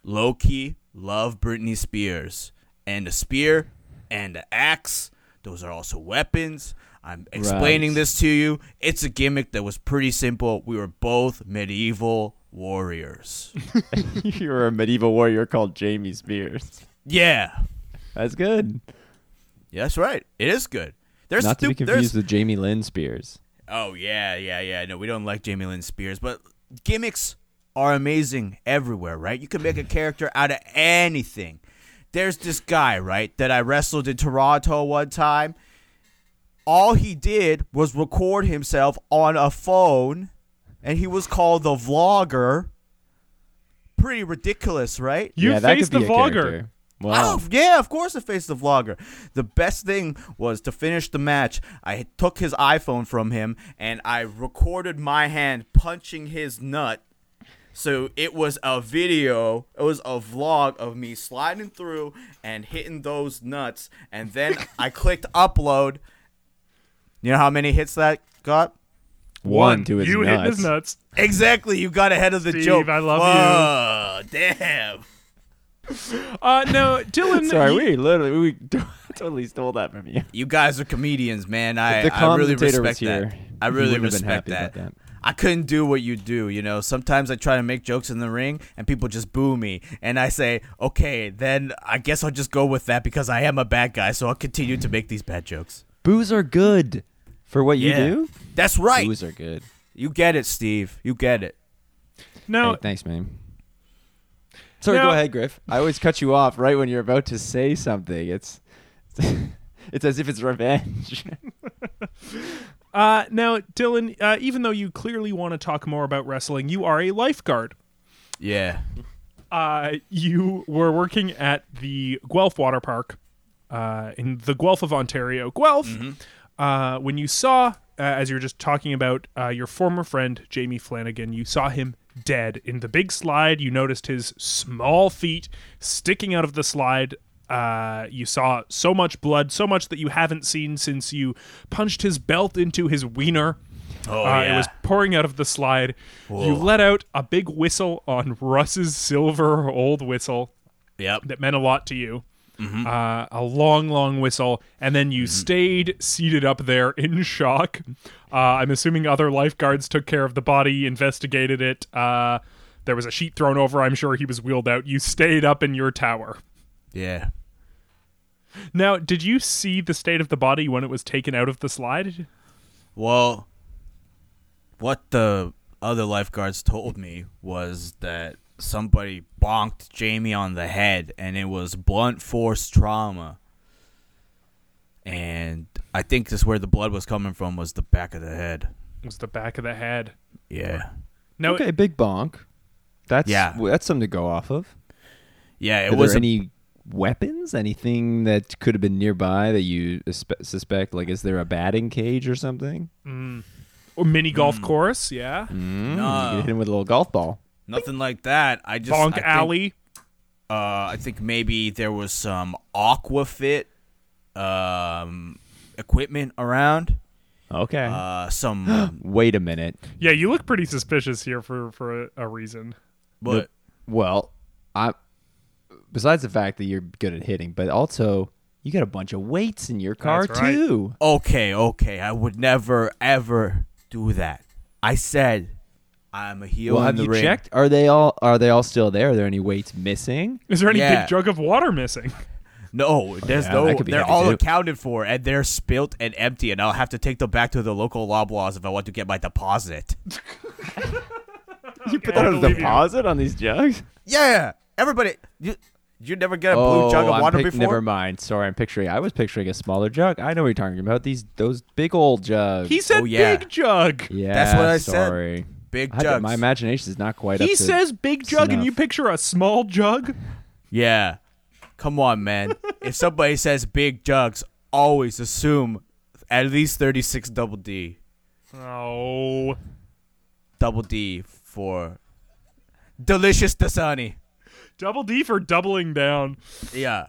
S3: low key, love Britney Spears. And a spear and an axe, those are also weapons. I'm explaining
S2: Right.
S3: this to you. It's a gimmick that was pretty simple. We were both medieval warriors.
S2: you were a medieval warrior called Jamie Spears.
S3: yeah.
S2: That's good.
S3: Yeah, that's right. It is good. There's
S2: Not to be
S3: stup-
S2: confused
S3: there's-
S2: with Jamie Lynn Spears.
S3: Oh yeah, yeah, yeah. No, we don't like Jamie Lynn Spears, but gimmicks are amazing everywhere, right? You can make a character out of anything. There's this guy, right, that I wrestled in Toronto one time. All he did was record himself on a phone, and he was called the vlogger. Pretty ridiculous, right?
S1: You
S2: yeah, that
S1: faced the
S2: could be a
S1: vlogger.
S2: character. Wow.
S3: Oh, yeah, of course I faced the vlogger. The best thing was to finish the match. I took his iPhone from him and I recorded my hand punching his nut. So it was a video, it was a vlog of me sliding through and hitting those nuts. And then I clicked upload. You know how many hits that got?
S2: One to his
S1: you
S2: nuts.
S1: hit his nuts.
S3: Exactly, you got ahead of the
S1: Steve,
S3: joke.
S1: I love
S3: you. Damn.
S1: Uh, no, Dylan.
S2: Sorry,
S1: you-
S2: we literally we totally stole that from you.
S3: You guys are comedians, man. I,
S2: the
S3: I really
S2: commentator
S3: respect
S2: was
S3: that.
S2: here,
S3: I
S2: he
S3: really
S2: wouldn't have been
S3: respect
S2: happy
S3: that.
S2: about that.
S3: I couldn't do what you do, you know. Sometimes I try to make jokes in the ring and people just boo me. And I say, okay, then I guess I'll just go with that because I am a bad guy, so I'll continue to make these bad jokes.
S2: Boos are good for what
S3: Yeah.
S2: you do.
S3: That's right.
S2: Boos are good.
S3: You get it, Steve. You get it.
S1: No,
S2: Hey, thanks, man. Sorry,
S1: Now-
S2: go ahead, Griff. I always cut you off right when you're about to say something. It's it's as if it's revenge.
S1: Uh, now, Dylan, uh, even though you clearly want to talk more about wrestling, you are a lifeguard.
S3: Yeah.
S1: Uh, you were working at the Guelph Water Park uh, in the Guelph of Ontario, Guelph, uh, when you saw, uh, as you were just talking about, uh, your former friend, Jamie Flanagan, you saw him dead in the big slide. You noticed his small feet sticking out of the slide. Uh, you saw so much blood, so much that you haven't seen since you punched his belt into his wiener.
S3: Oh,
S1: Uh,
S3: yeah.
S1: It was pouring out of the slide. You let out a big whistle on Russ's silver old whistle
S3: Yep.
S1: that meant a lot to you.
S3: Mm-hmm.
S1: Uh, a long, long whistle, and then you stayed seated up there in shock. Uh, I'm assuming other lifeguards took care of the body, investigated it. Uh, there was a sheet thrown over. I'm sure he was wheeled out. You stayed up in your tower.
S3: Yeah.
S1: Now, did you see the state of the body when it was taken out of the slide?
S3: Well, what the other lifeguards told me was that somebody bonked Jamie on the head and it was blunt force trauma. And I think this where the blood was coming from was the back of the head.
S1: It was the back of the head.
S3: Yeah.
S1: No,
S2: okay, big bonk. That's
S3: Yeah.
S2: well, that's something to go off of.
S3: Yeah, it
S2: Are
S3: was
S2: there
S3: a-
S2: any weapons? Anything that could have been nearby that you suspe- suspect? Like, is there a batting cage or something?
S1: Or mini golf
S3: Hmm.
S1: course, yeah.
S2: You
S3: No,
S2: could hit him with a little golf ball.
S3: nothing like that. I just I
S1: Bonk
S3: think,
S1: Alley.
S3: Uh, I think maybe there was some Aquafit um, equipment around.
S2: Okay.
S3: Uh, some,
S2: Wait a minute.
S1: Yeah, you look pretty suspicious here for for a, a reason.
S3: but
S2: Well, I besides the fact that you're good at hitting, but also you got a bunch of weights in your car
S1: That's right.
S2: too.
S3: okay, okay. I would never ever do that. I said I'm a heel
S2: Well,
S3: in
S2: have
S3: the
S2: you
S3: ring.
S2: checked? Are they all are they all still there? Are there any weights missing?
S1: Is there any
S3: Yeah.
S1: big jug of water missing?
S3: No, there's
S2: yeah,
S3: no.
S2: that could be
S3: They're
S2: heavy
S3: all
S2: too.
S3: accounted for, and they're spilt and empty, and I'll have to take them back to the local Loblaws if I want to get my deposit.
S2: You put
S1: I believe you.
S2: on these jugs?
S3: Yeah, everybody. You, you never get a blue
S2: Oh,
S3: jug of
S2: I'm
S3: water
S2: pic-
S3: before.
S2: never mind. Sorry, I'm picturing. I was picturing a smaller jug. I know what you're talking about. These those big old jugs.
S1: He said
S3: Oh, yeah.
S1: big jug.
S2: yeah,
S3: That's what I said.
S2: sorry.
S3: Big
S2: I don't-
S3: jugs.
S2: my imagination is not quite up
S1: He
S2: to
S1: says big jug, and
S2: snuff.
S1: you picture a small jug.
S3: Yeah. Come on, man. if somebody says big jugs, always assume at least 36 double D.
S1: Oh,
S3: Double D for delicious Dasani.
S1: double D for doubling down.
S3: Yeah.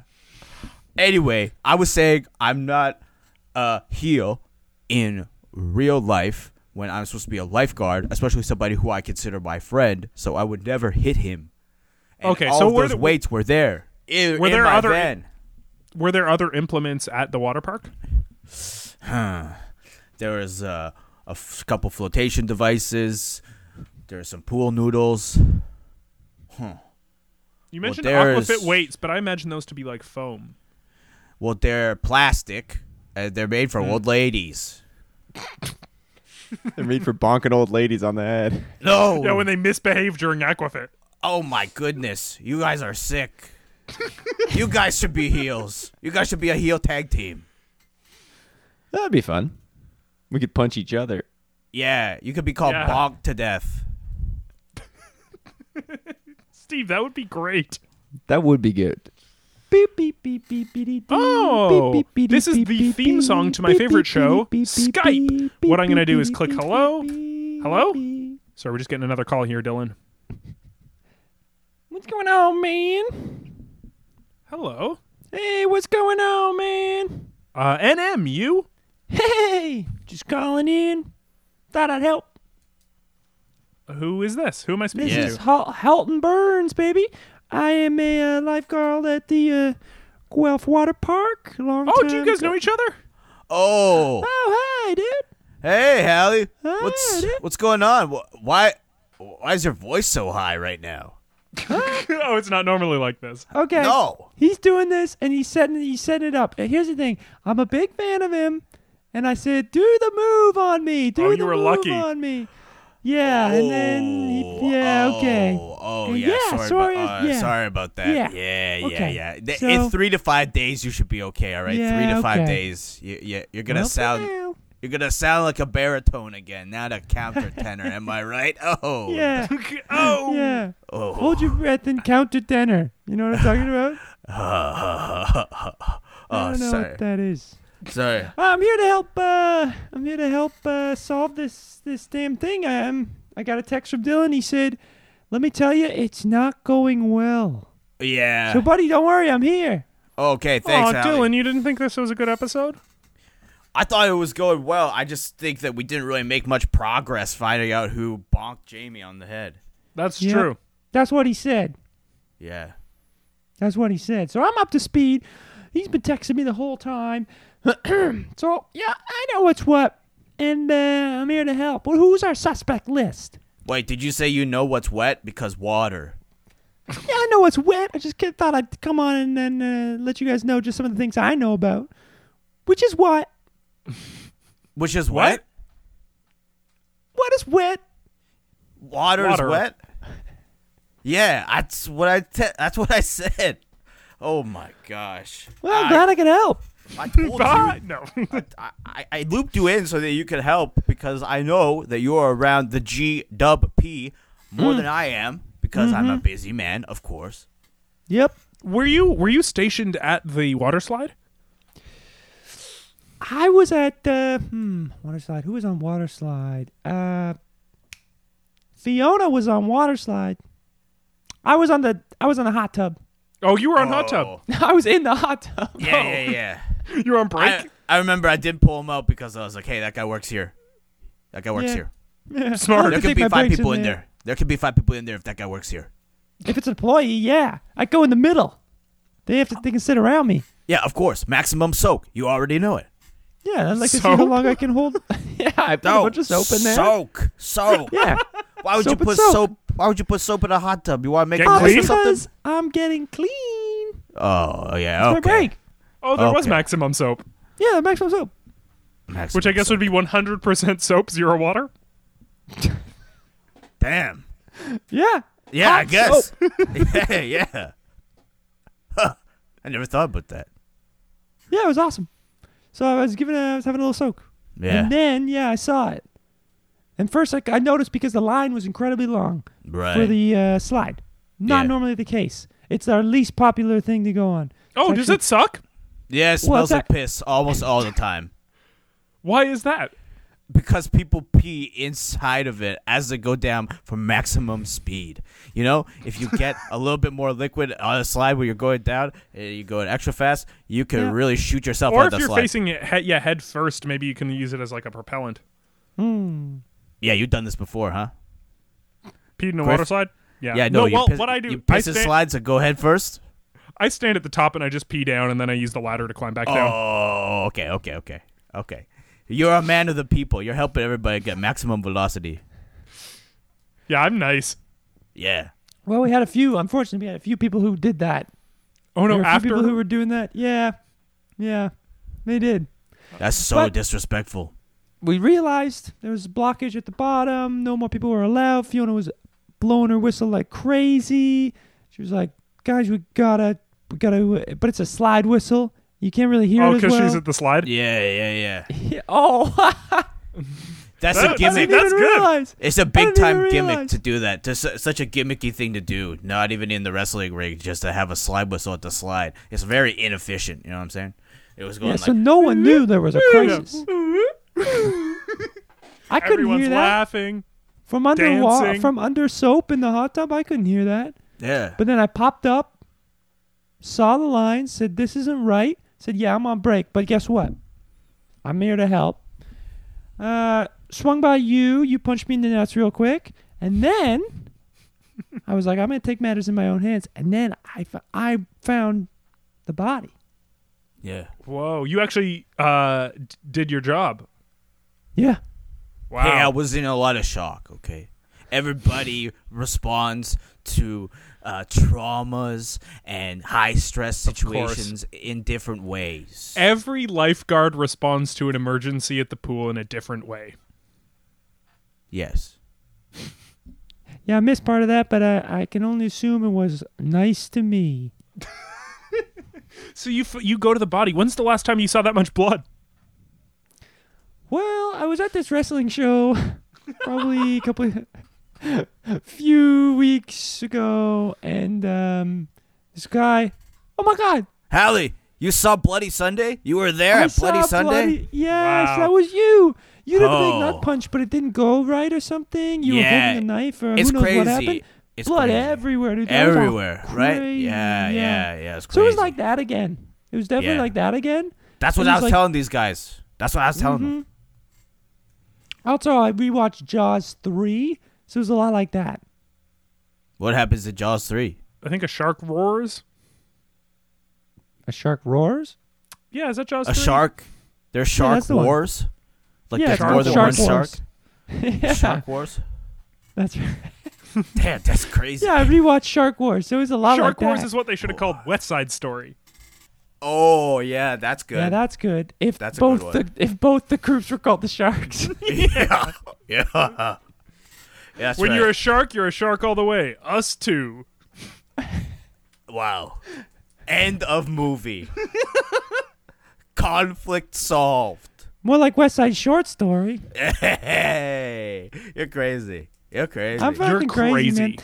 S3: Anyway, I was saying I'm not a heel in real life when I'm supposed to be a lifeguard, especially somebody who I consider my friend, so I would never hit him. And
S1: Okay,
S3: all
S1: so
S3: of
S1: were
S3: those
S1: the-
S3: weights were there. In,
S1: were
S3: in
S1: there
S3: my
S1: other-
S3: van.
S1: Were there other implements at the water park?
S3: There was uh, a f- couple flotation devices. There were some pool noodles.
S1: You
S3: Well,
S1: mentioned
S3: there's-
S1: Aquafit weights, but I imagine those to be like foam.
S3: Well, they're plastic. And they're made for
S1: Hmm.
S3: old ladies.
S2: They're made for bonking old ladies on the head.
S3: No.
S1: Yeah, when they misbehave during Aquafit.
S3: oh my goodness, you guys are sick. you guys should be heels. You guys should be a heel tag team.
S2: That'd be fun. We could punch each other.
S3: Yeah, you could be called
S1: Yeah.
S3: bonk to death.
S1: Steve, that would be great.
S2: That would be good. Beep, beep, beep, beep, beep, beep,
S1: Oh,
S2: beep, beep, beep,
S1: this is
S2: beep,
S1: the
S2: beep,
S1: theme
S2: beep,
S1: song to my
S2: beep,
S1: favorite
S2: beep,
S1: show,
S2: beep, beep, beep,
S1: Skype.
S2: beep,
S1: What I'm gonna do
S2: beep,
S1: is click
S2: beep,
S1: hello.
S2: beep,
S1: Hello?
S2: beep.
S1: Sorry, we're just getting another call here, Dylan.
S2: What's going on, man?
S1: Hello.
S2: Hey, what's going on, man?
S1: Uh, NM, you?
S2: Hey, just calling in. Thought I'd help.
S1: Who is this? Who am I
S2: This
S1: speaking
S2: is
S1: to?
S2: Hal- Halton Burns, baby. I am a uh, lifeguard at the uh, Guelph Water Park. Long
S1: Oh,
S2: time
S1: do you guys
S2: ago.
S1: know each other?
S3: Oh,
S2: Oh, hi, dude.
S3: hey, Hallie,
S2: Hi,
S3: what's
S2: dude.
S3: what's going on? Wh- Why why is your voice so high right now?
S1: oh, it's not normally like this.
S2: Okay.
S3: No.
S2: He's doing this and he's setting he's setting it up. And here's the thing. I'm a big fan of him. And I said, Do the move on me. Do
S1: Oh, you
S2: the
S1: were
S2: move
S1: lucky.
S2: on me. Yeah, and then he,
S3: Oh,
S2: yeah,
S3: oh,
S2: okay.
S3: Oh,
S2: And
S3: yeah.
S2: yeah,
S3: sorry,
S2: sorry,
S3: about, uh,
S2: yeah.
S3: sorry about that.
S2: Yeah.
S3: Yeah, yeah,
S2: Okay.
S3: yeah. Th-
S2: So-
S3: in three to five days, you should be okay. All right,
S2: Yeah,
S3: three to five
S2: okay.
S3: days. You, you, you're gonna
S2: Well, for
S3: sound,
S2: now.
S3: you're gonna sound like a baritone again, not a countertenor. am I right? Oh,
S2: Yeah.
S1: oh,
S2: Yeah.
S3: Oh.
S2: Hold your breath and count to tenor. You know what I'm talking about?
S3: oh,
S2: I don't know
S3: sorry,
S2: what that is. Ah,
S3: sorry.
S2: I'm here to help uh I'm here to help uh solve this this damn thing. I um, I got a text from Dylan. He said, Let me tell you, it's not going well.
S3: Yeah.
S2: So buddy, don't worry, I'm here.
S3: Okay. Thanks,
S1: Aw,
S3: Allie.
S1: Dylan, you didn't think this was a good episode?
S3: I thought it was going well. I just think that we didn't really make much progress finding out who bonked Jamie on the head.
S1: That's
S2: Yeah.
S1: true.
S2: That's what he said.
S3: Yeah.
S2: That's what he said. So I'm up to speed. He's been texting me the whole time. so yeah, I know what's what, and uh, I'm here to help. Well, who's our suspect list?
S3: Wait, did you say you know what's wet because water?
S2: Yeah, I know what's wet. I just ca- thought I'd come on and then uh, let you guys know just some of the things I know about, which is what
S3: Which is
S1: What?
S3: what?
S2: what is wet.
S3: Water,
S1: Water.
S3: is wet. Yeah, that's what I te- that's what I said. Oh my gosh!
S2: Well, I'm glad I could help.
S3: I told
S1: Bye.
S3: you,
S1: Ah, No.
S3: I, I, I looped you in so that you could help because I know that you are around the G
S2: Hmm. Mm-hmm.
S3: Dub P more than I am because I'm a busy man, of course.
S2: Yep.
S1: Were you were you stationed at the water slide?
S2: I was at uh, hmm, water slide. Who was on water slide? Uh, Fiona was on water slide. I was on the I was on the hot tub.
S1: Oh, you were on hot tub.
S3: Oh.
S2: I was in the hot tub.
S3: Yeah, yeah, yeah.
S1: You were on break.
S3: I, I remember I did pull him out because I was like, hey, that guy works here. That guy works
S2: Yeah.
S3: here.
S2: Yeah.
S1: Smart.
S2: I like to
S3: There could
S2: take
S3: be
S2: my
S3: five
S2: breaks
S3: people in there. There could be five people in there if that guy works here.
S2: If it's an employee, yeah, I go in the middle. They have to they can sit around me.
S3: Yeah, of course. Maximum soak. You already know it.
S2: Yeah, I'd like to see how
S1: Soap?
S2: long I can hold. yeah, I put a bunch of soap in there.
S3: Soak. Soap.
S2: Yeah.
S3: Why would
S2: Soap
S3: you
S2: and
S3: put
S2: soap.
S3: soap. Why would you put soap in a hot tub? You want to make
S1: Get
S3: it
S2: Oh,
S1: clean?
S3: clean?
S2: it's
S3: Something?
S2: because I'm getting clean.
S3: Oh yeah.
S2: It's
S3: Okay.
S2: my break.
S1: oh, there was
S3: Okay.
S1: maximum soap,
S2: Yeah, the maximum soap.
S3: Maximum
S1: which I guess would
S3: soak.
S1: be 100% soap, zero water.
S3: Damn.
S2: Yeah.
S3: Yeah,
S2: Hot
S3: I guess.
S1: Oh.
S2: soap.
S3: yeah, yeah. Huh. I never thought about that.
S2: Yeah, it was awesome. So I was giving, a, I was having a little soak,
S3: Yeah.
S2: and then yeah, I saw it. And first, I, I noticed because the line was incredibly long
S3: right.
S2: for the uh, slide. Not
S3: Yeah.
S2: normally the case. It's our least popular thing to go on.
S1: Oh,
S2: It's
S1: does
S2: actually-
S1: it suck?
S3: yeah, it smells
S2: that-
S3: like piss almost all the time
S1: Why is that?
S3: because people pee inside of it as they go down for maximum speed. You know, if you get a little bit more liquid on a slide where you're going down and you go extra fast, you can
S2: Yeah.
S3: really shoot yourself
S1: Or
S3: on
S1: if
S3: the
S1: you're
S3: slide.
S1: facing it, he- yeah, head first, maybe you can use it as like a propellant.
S3: yeah, you've done this before, huh?
S1: Peed in a
S3: Griff-
S1: water slide. Yeah.
S3: Yeah, no. you
S1: well,
S3: piss,
S1: what I do,
S3: you
S1: I
S3: piss and
S1: stand,
S3: slide, so go head first.
S1: I stand at the top and I just pee down, and then I use the ladder to climb back down.
S3: Oh, okay, okay, okay, okay. You're a man of the people. You're helping everybody get maximum velocity.
S1: Yeah, I'm nice.
S3: Yeah.
S2: Well, we had a few. Unfortunately, we had a few people who did that.
S1: Oh
S2: there
S1: no,
S2: were a few
S1: after
S2: people who were doing that. Yeah, yeah, they did.
S3: That's so
S2: But-
S3: disrespectful.
S2: we realized there was a blockage at the bottom. No more people were allowed. Fiona was blowing her whistle like crazy. She was like, "Guys, we gotta, we gotta." But it's a slide whistle. You can't really hear
S1: oh,
S2: it as
S1: because
S2: well.
S1: she's at the slide.
S3: Yeah, yeah, yeah.
S2: Yeah, oh,
S3: That's
S1: That-
S3: a
S1: that's
S3: gimmick.
S1: even- that's good.
S3: It's a
S2: I
S3: big
S2: didn't
S3: time
S2: even
S3: gimmick
S2: realize.
S3: to do that. Just su- such a gimmicky thing to do. Not even in the wrestling ring, just to have a slide whistle at the slide. It's very inefficient. You know what I'm saying? It was going
S2: Yeah,
S3: like,
S2: so no one knew there was a crisis. I couldn't
S1: Everyone's
S2: hear that
S1: laughing.
S2: from underwater,
S1: dancing.
S2: from under soap in the hot tub. I couldn't hear that.
S3: yeah,
S2: But then I popped up, saw the line, said, This isn't right. Said, Yeah, I'm on break. But guess what? I'm here to help. Uh, swung by you. You punched me in the nuts real quick. And then I was like, I'm going to take matters in my own hands. And then I, fo- I found the body.
S3: yeah.
S1: Whoa, you actually uh, d- did your job.
S2: Yeah.
S1: Wow.
S3: Hey, I was in a lot of shock, okay? Everybody responds to uh, traumas and high stress
S1: course.
S3: situations in different ways.
S1: Every lifeguard responds to an emergency at the pool in a different way.
S3: yes.
S2: Yeah, I missed part of that, but I, I can only assume it was nice to me.
S1: So you f- you go to the body. When's the last time you saw that much blood?
S2: Well, I was at this wrestling show probably a couple few weeks ago and um this guy Oh my god.
S3: Hallie, you saw Bloody Sunday? You were there
S2: I
S3: at Bloody
S2: saw
S3: Sunday?
S2: Bloody- Yes,
S1: Wow.
S2: that was you. You did the big
S3: Oh.
S2: nut punch, but it didn't go right or something. You
S3: Yeah.
S2: were holding a knife or
S3: It's
S2: who knows what
S3: crazy.
S2: happened.
S3: It's
S2: Blood
S3: crazy.
S2: everywhere, dude. That was all
S3: Everywhere, right?
S2: crazy.
S3: Yeah, yeah, yeah. It's crazy.
S2: So it was like that again. It was definitely
S3: Yeah.
S2: like that again.
S3: That's what
S2: it was
S3: I was
S2: like- Mm-hmm.
S3: telling these guys. That's what I was telling them.
S2: Also, I rewatched Jaws 3, so it was a lot like that.
S3: What happens in Jaws 3?
S1: I think a shark roars.
S2: A shark roars?
S1: Yeah, is that Jaws?
S3: A
S1: 3?
S3: shark? There's shark
S2: that's the one.
S3: wars? Like
S2: yeah,
S3: there's
S2: it's
S1: shark
S3: more
S2: called
S3: than
S2: shark
S3: one
S2: Wars. yeah,
S3: shark? Shark wars?
S2: That's right.
S3: Damn, that's crazy.
S2: Yeah, I rewatched Shark Wars. It was a lot like
S1: Shark
S2: that.
S1: Wars is what they should have called West Side Story.
S3: Oh, yeah, that's good.
S2: Yeah, that's good. If
S3: That's a
S2: both
S3: good
S2: the
S3: one.
S2: if both the groups were called the Sharks.
S3: yeah. yeah. Yeah, that's
S1: when
S3: right.
S1: you're a shark, you're a shark all the way. Us too.
S3: wow. End of movie. Conflict solved.
S2: More like West Side Short Story.
S3: Hey, you're crazy. You're crazy.
S2: I'm fucking
S1: You're crazy.
S2: man.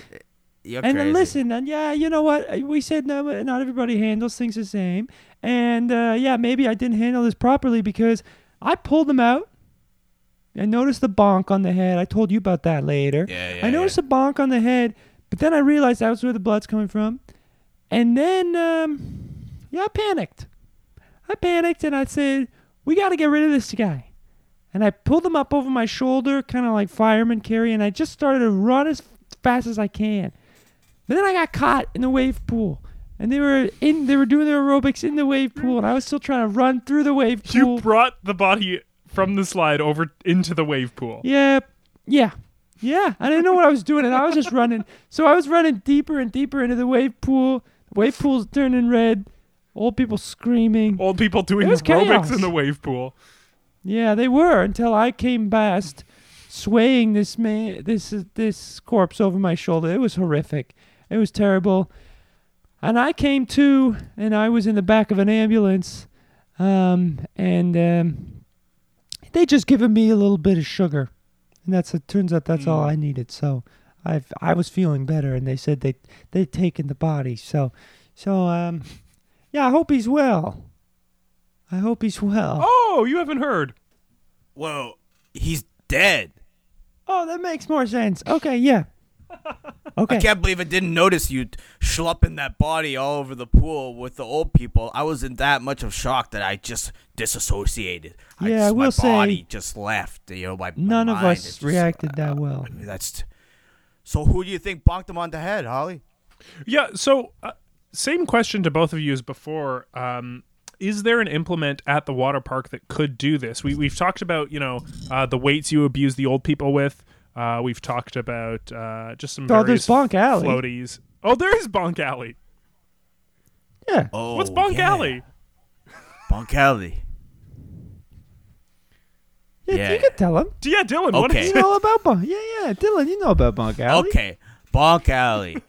S3: You're
S2: and
S3: crazy.
S2: then listen, and yeah, you know what? I- We said no, but not everybody handles things the same. And uh, yeah, maybe I didn't handle this properly because I pulled them out. I noticed the bonk on the head. I told you about that later.
S3: Yeah, yeah,
S2: I noticed the bonk on the head, but then I realized that was where the blood's coming from. And then, um, yeah, I panicked. I panicked and I said, we got to get rid of this guy. And I pulled him up over my shoulder, kind of like fireman carry, and I just started to run as fast as I can. But then I got caught in the wave pool. And they were in they were doing their aerobics in the wave pool and I was still trying to run through the wave pool.
S1: You brought the body from the slide over into the wave pool.
S2: Yeah. Yeah. Yeah. I didn't know what I was doing, and I was just running. So I was running deeper and deeper into the wave pool. The wave pool's turning red. Old people screaming.
S1: Old people doing
S2: It was
S1: aerobics
S2: chaos.
S1: in the wave pool.
S2: Yeah, they were until I came past, swaying this man, this this corpse over my shoulder. It was horrific. It was terrible. And I came to, and I was in the back of an ambulance, um, and um, they just given me a little bit of sugar, and that's it. Turns out that's all I needed. So I I was feeling better, and they said they they'd taken the body. So so um, yeah, I hope he's well. I hope he's well.
S1: Oh, you haven't heard.
S3: Whoa, he's dead.
S2: Oh, that makes more sense. Okay, yeah. Okay.
S3: I can't believe I didn't notice you schlepping that body all over the pool with the old people. I was in that much of shock that I just disassociated. I
S2: Yeah, I
S3: just,
S2: will
S3: my
S2: say
S3: body just left. You know, my my
S2: None of
S3: mind
S2: us
S3: is just-
S2: reacted that well.
S3: That's so. Who do you think bonked him on the head, Holly?
S1: Yeah. So, uh, same question to both of you as before. Um, is there an implement at the water park that could do this? We we've talked about you know uh, the weights you abuse the old people with. Uh, we've talked about uh, just some
S2: Oh,
S1: various
S2: there's Bonk Alley.
S1: floaties. Oh, there is Bonk Alley.
S2: Yeah.
S3: Oh,
S1: What's Bonk
S3: yeah.
S1: Alley?
S3: Bonk Alley.
S2: yeah,
S3: yeah.
S2: You could tell him.
S1: D- Yeah, Dylan. What
S3: Okay.
S1: is
S2: You know about Bonk. Yeah, yeah. Dylan, you know about Bonk Alley.
S3: Okay, Bonk Alley.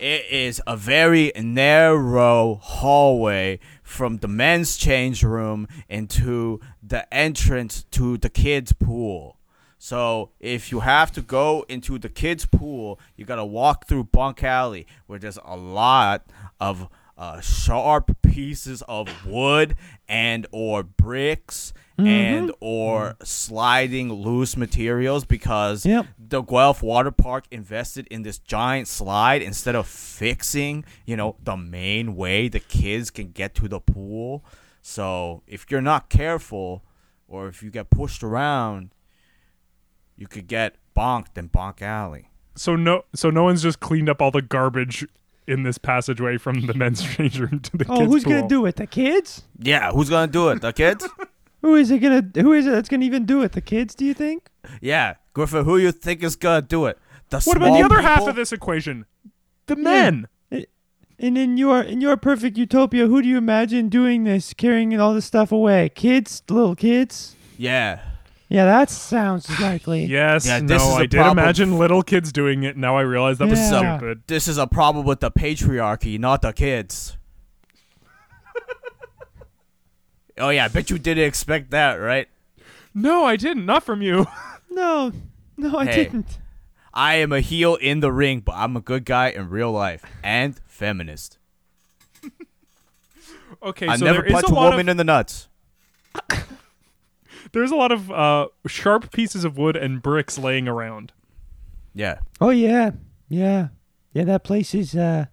S3: it is a very narrow hallway from the men's change room into the entrance to the kids' pool. So if you have to go into the kids' pool, you gotta walk through Bonk Alley, where there's a lot of uh, sharp pieces of wood and or bricks and or sliding loose materials because
S2: Yep.
S3: the Guelph Water Park invested in this giant slide instead of fixing, you know, the main way the kids can get to the pool. So if you're not careful, or if you get pushed around, you could get bonked in Bonk Alley.
S1: So no, so no one's just cleaned up all the garbage in this passageway from the men's change room to the
S2: Oh,
S1: kids'
S2: who's gonna
S1: pool.
S2: do it? The kids?
S3: Yeah, who's gonna do it? The kids?
S2: Who is it gonna? Who is it that's gonna even do it? The kids? Do you think?
S3: yeah, Griffin. Who you think is gonna do it? The
S1: What about
S3: small
S1: the other half
S3: people?
S1: of this equation?
S2: The
S1: Men.
S2: And in your in your perfect utopia, who do you imagine doing this, carrying all this stuff away? Kids, little kids.
S3: Yeah,
S2: Yeah, that sounds likely.
S1: Yes.
S3: Yeah,
S1: no,
S3: this is
S1: I
S3: a
S1: did
S3: problem.
S1: imagine little kids doing it. Now I realize that was
S2: Yeah.
S1: stupid.
S3: this is a problem with the patriarchy, not the kids. oh yeah, I bet you didn't expect that, right?
S1: No, I didn't. Not from you.
S2: No, no, I
S3: Hey.
S2: didn't.
S3: I am a heel in the ring, but I'm a good guy in real life and feminist.
S1: Okay,
S3: I
S1: so
S3: never
S1: there is
S3: punch
S1: a
S3: a
S1: lot
S3: woman
S1: of
S3: in the nuts.
S1: there's a lot of uh, sharp pieces of wood and bricks laying around.
S3: Yeah.
S2: Oh yeah, yeah, yeah. That place is uh,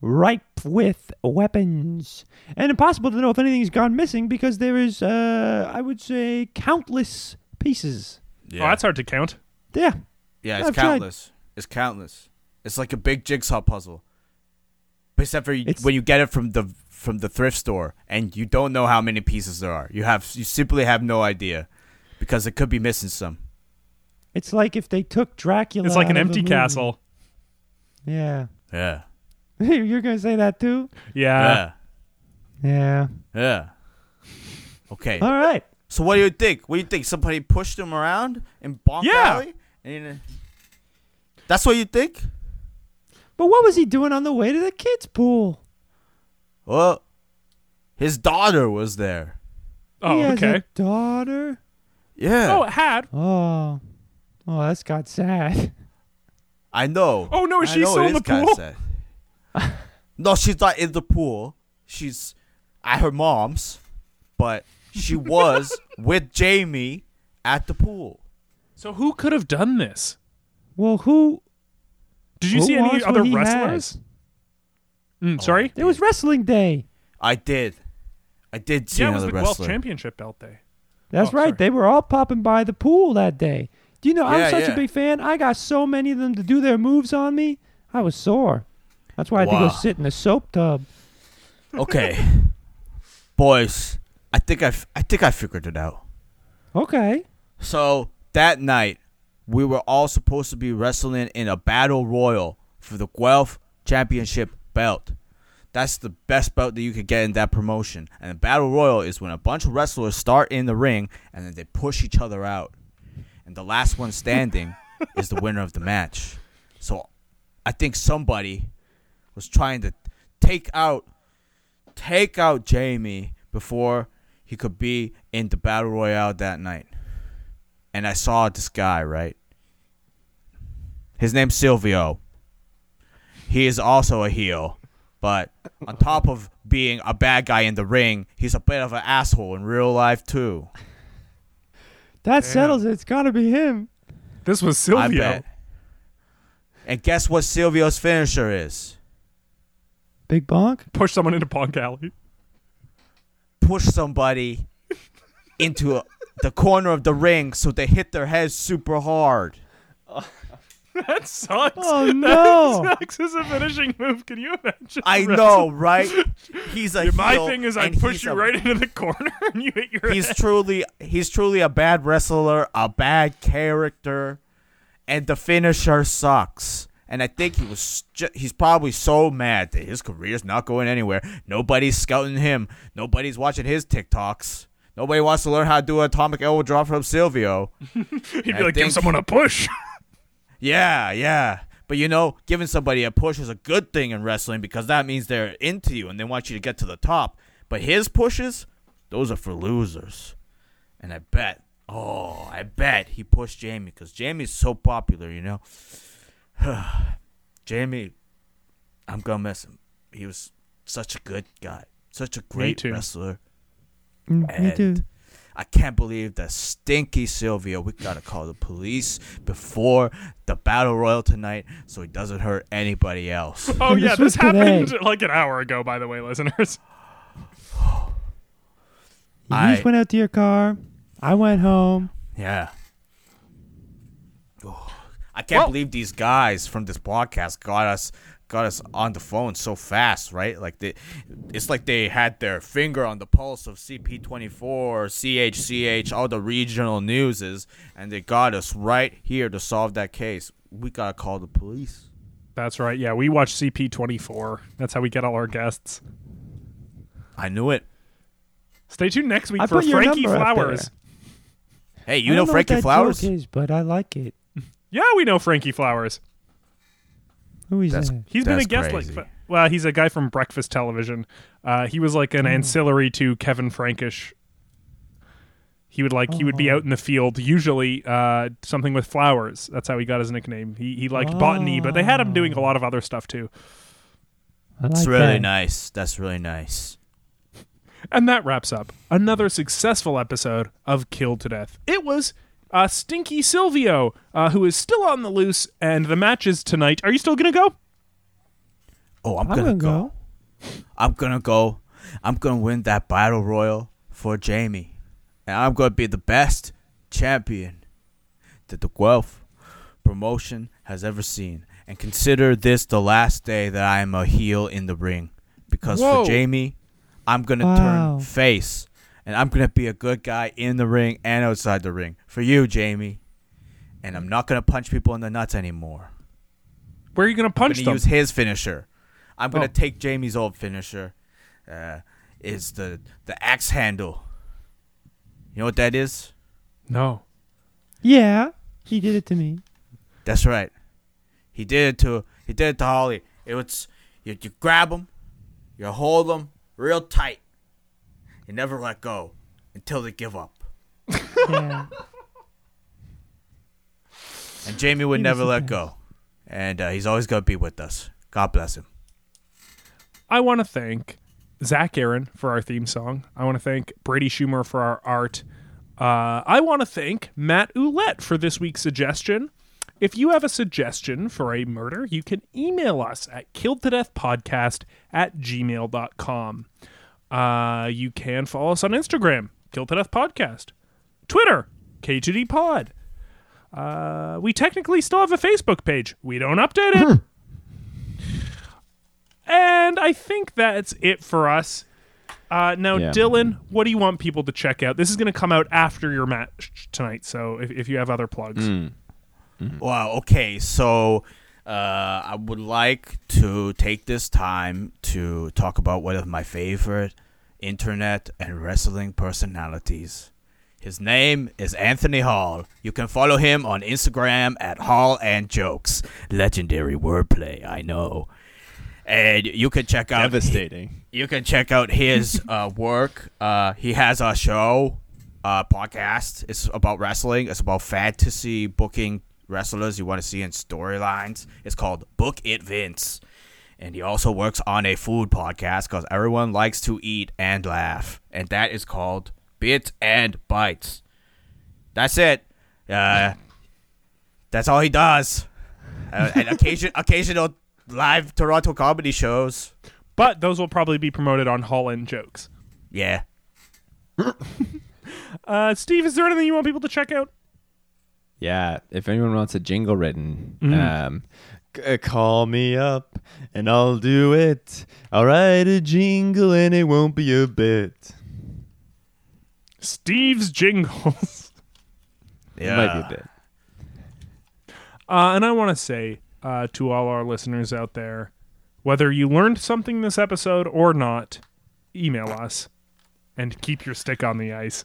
S2: ripe with weapons, and impossible to know if anything's gone missing because there is, uh, I would say, countless pieces.
S3: Yeah.
S1: Oh, that's hard to count.
S2: Yeah,
S3: Yeah, it's
S2: I've tried.
S3: countless. It's countless. It's like a big jigsaw puzzle. Except for you,
S2: It's-
S3: when you get it from the from the thrift store and you don't know how many pieces there are. You have you simply have no idea because it could be missing some.
S2: it's like if they took Dracula.
S1: It's like an
S2: out of a
S1: empty
S2: movie.
S1: castle.
S2: Yeah,
S3: Yeah.
S2: you're gonna say that too.
S1: Yeah.
S2: Yeah.
S3: yeah. Yeah. Okay.
S2: All right.
S3: So what do you think? What do you think? Somebody pushed him around in Bonk
S1: Yeah.
S3: Alley? And that's what you think?
S2: But what was he doing on the way to the kids' pool?
S3: Well, his daughter was there.
S1: Oh,
S2: he has
S1: okay.
S2: a daughter.
S3: Yeah.
S1: Oh, it had.
S2: Oh, oh, that's got sad.
S3: I know.
S1: Oh, no, is
S3: I
S1: she
S3: know
S1: still
S3: it
S1: in the
S3: kinda
S1: pool?
S3: sad. no, she's not in the pool. She's at her mom's, but she was with Jamie at the pool.
S1: So who could have done this?
S2: Well, who?
S1: Did you
S2: who
S1: see any
S2: wants
S1: other
S2: what he
S1: wrestlers?
S2: has?
S3: Oh,
S1: Mm, sorry.
S2: It was wrestling day.
S3: I did. I did see
S1: Yeah, it was
S3: another
S1: the Guelph
S3: wrestler.
S1: Championship belt day.
S2: That's
S1: Oh,
S2: right.
S1: sorry.
S2: They were all popping by the pool that day. Do you know
S3: Yeah,
S2: I'm such
S3: yeah.
S2: a big fan? I got so many of them to do their moves on me. I was sore. That's why I had
S3: Wow.
S2: to go sit in a soap tub.
S3: Okay, boys, I think I, f- I think I figured it out.
S2: Okay.
S3: So that night, we were all supposed to be wrestling in a battle royal for the Guelph Championship belt. That's the best belt that you could get in that promotion. And a battle royal is when a bunch of wrestlers start in the ring and then they push each other out. And the last one standing is the winner of the match. So I think somebody was trying to take out take out Jamie before he could be in the battle royale that night and I saw this guy, right? His name's Silvio. He is also a heel, but on top of being a bad guy in the ring, he's a bit of an asshole in real life too.
S1: Damn.
S2: That settles it. It's got to be him.
S1: This was
S3: I
S1: Silvio.
S3: bet. And guess what Silvio's finisher is?
S2: Big Bonk?
S1: Push someone into Punk Alley.
S3: Push somebody into a, the corner of the ring so they hit their heads super hard.
S1: That sucks.
S2: Oh,
S1: That
S2: no.
S1: sucks as a finishing move. Can you imagine?
S3: I know, right? He's a
S1: Yeah, my
S3: heel,
S1: thing is, I
S3: and
S1: push
S3: he's
S1: you
S3: a
S1: right into the corner and you hit your
S3: he's
S1: head.
S3: truly he's truly a bad wrestler, a bad character, and the finisher sucks. And I think he was ju- he's probably so mad that his career's not going anywhere. Nobody's scouting him. Nobody's watching his TikToks. Nobody wants to learn how to do an atomic elbow drop from Silvio.
S1: He'd be
S3: I
S1: like, give
S3: think-
S1: someone a push.
S3: Yeah, yeah. But you know, giving somebody a push is a good thing in wrestling because that means they're into you and they want you to get to the top. But his pushes, those are for losers. And I bet, oh, I bet he pushed Jamie because Jamie's so popular, you know. Jamie, I'm gonna miss him. He was such a good guy, such a great
S1: too.
S3: wrestler.
S2: Mm, Me too.
S3: And I can't believe that stinky Silvio. We gotta call the police before the battle royal tonight, so he doesn't hurt anybody else.
S1: Oh,
S2: And
S1: yeah,
S2: this
S1: this
S2: was today.
S1: happened like an hour ago, by the way, listeners.
S2: You
S3: I-
S2: just went out to your car. I went home.
S3: Yeah. Oh, I can't
S1: Well-
S3: believe these guys from this podcast got us got us on the phone so fast, right? Like they, it's like they had their finger on the pulse of CP24, CHCH, all the regional newses, and they got us right here to solve that case. We gotta call the police.
S1: That's right. Yeah, we watch CP24. That's how we get all our guests.
S3: I knew it.
S1: Stay tuned next week
S2: I
S1: for
S2: put your
S1: Frankie
S2: number up
S1: Flowers.
S2: there.
S3: Hey,
S2: I
S3: you
S2: don't
S3: know
S2: what
S3: Frankie
S2: that
S3: Flowers?
S2: joke is, but I like it.
S1: Yeah, we know Frankie Flowers.
S2: Who is
S3: That's-
S2: that?
S1: He's been
S3: That's
S1: a guest
S3: crazy.
S1: like well, he's a guy from Breakfast Television. Uh, he was
S3: Hmm.
S1: like an ancillary to Kevin Frankish. He would like he would
S3: Oh.
S1: be out in the field usually uh, something with flowers. That's how he got his nickname. He he liked botany, but they had him doing a lot of other stuff too.
S2: I like
S3: That's really
S2: that.
S3: nice. That's really nice.
S1: And that wraps up another successful episode of Killed to Death. It was uh, Stinky Silvio, uh, who is still on the loose, and the match is tonight. Are you still gonna go?
S3: Oh, I'm,
S2: I'm
S3: gonna,
S2: gonna
S3: go.
S2: go.
S3: I'm gonna go. I'm gonna win that battle royal for Jamie, and I'm gonna be the best champion that the Guelph promotion has ever seen. And consider this the last day that I am a heel in the ring, because
S1: Whoa.
S3: for Jamie, I'm gonna
S2: Wow.
S3: turn face, and I'm gonna be a good guy in the ring and outside the ring for you, Jamie. And I'm not gonna punch people in the nuts anymore.
S1: Where are you gonna
S3: I'm
S1: punch
S3: gonna
S1: them?
S3: use his finisher. I'm gonna
S1: Oh.
S3: take Jamie's old finisher. Uh, is the the axe handle. You know what that is?
S1: no.
S2: Yeah, he did it to me.
S3: That's right. He did it to he did it to Holly. It was you, you grab him, you hold him real tight. You never let go until they give up.
S2: Yeah.
S3: And Jamie would
S2: He was
S3: never
S2: the
S3: let
S2: best.
S3: go. and uh, he's always going to be with us. God bless him.
S1: I want to thank Zach Aaron for our theme song. I want to thank Brady Schumer for our art. Uh, I want to thank Matt Ouellette for this week's suggestion. If you have a suggestion for a murder, you can email us at killedtodeathpodcast at gmail.com. Uh, you can follow us on Instagram, Killed to Death Podcast, Twitter, K2D Pod. Uh, we technically still have a Facebook page. We don't update it. And I think that's it for us. Uh, now,
S2: Yeah.
S1: Dylan, what do you want people to check out? This is going to come out after your match tonight, so if, if you have other plugs,
S3: Wow. Okay. So uh, I would like to take this time to talk about one of my favorite internet and wrestling personalities. His name is Anthony Hall. You can follow him on Instagram at Hall and Jokes. Legendary wordplay, I know. And you can check out
S2: Devastating.
S3: you can check out his uh, work. Uh, he has a show, uh, podcast. It's about wrestling. It's about fantasy booking wrestlers you want to see in storylines. It's called Book It Vince, and he also works on a food podcast because everyone likes to eat and laugh, and that is called Bits and Bites. That's it. Uh, that's all he does. Uh, and occasion, occasional live Toronto comedy shows.
S1: but those will probably be promoted on Hall and Jokes.
S3: Yeah.
S1: Uh, Steve, is there anything you want people to check out?
S2: Yeah, if anyone wants a jingle written, um, c- uh, call me up and I'll do it. I'll write a jingle and it won't be a bit.
S1: Steve's Jingles.
S3: Yeah.
S2: It might be a bit.
S1: Uh, and I want to say uh, to all our listeners out there, whether you learned something this episode or not, email us and keep your stick on the ice.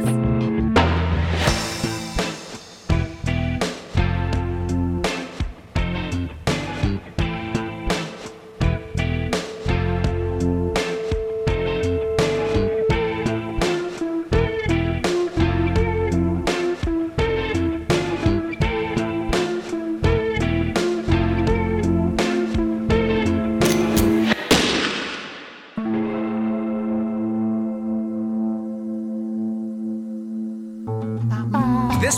S4: This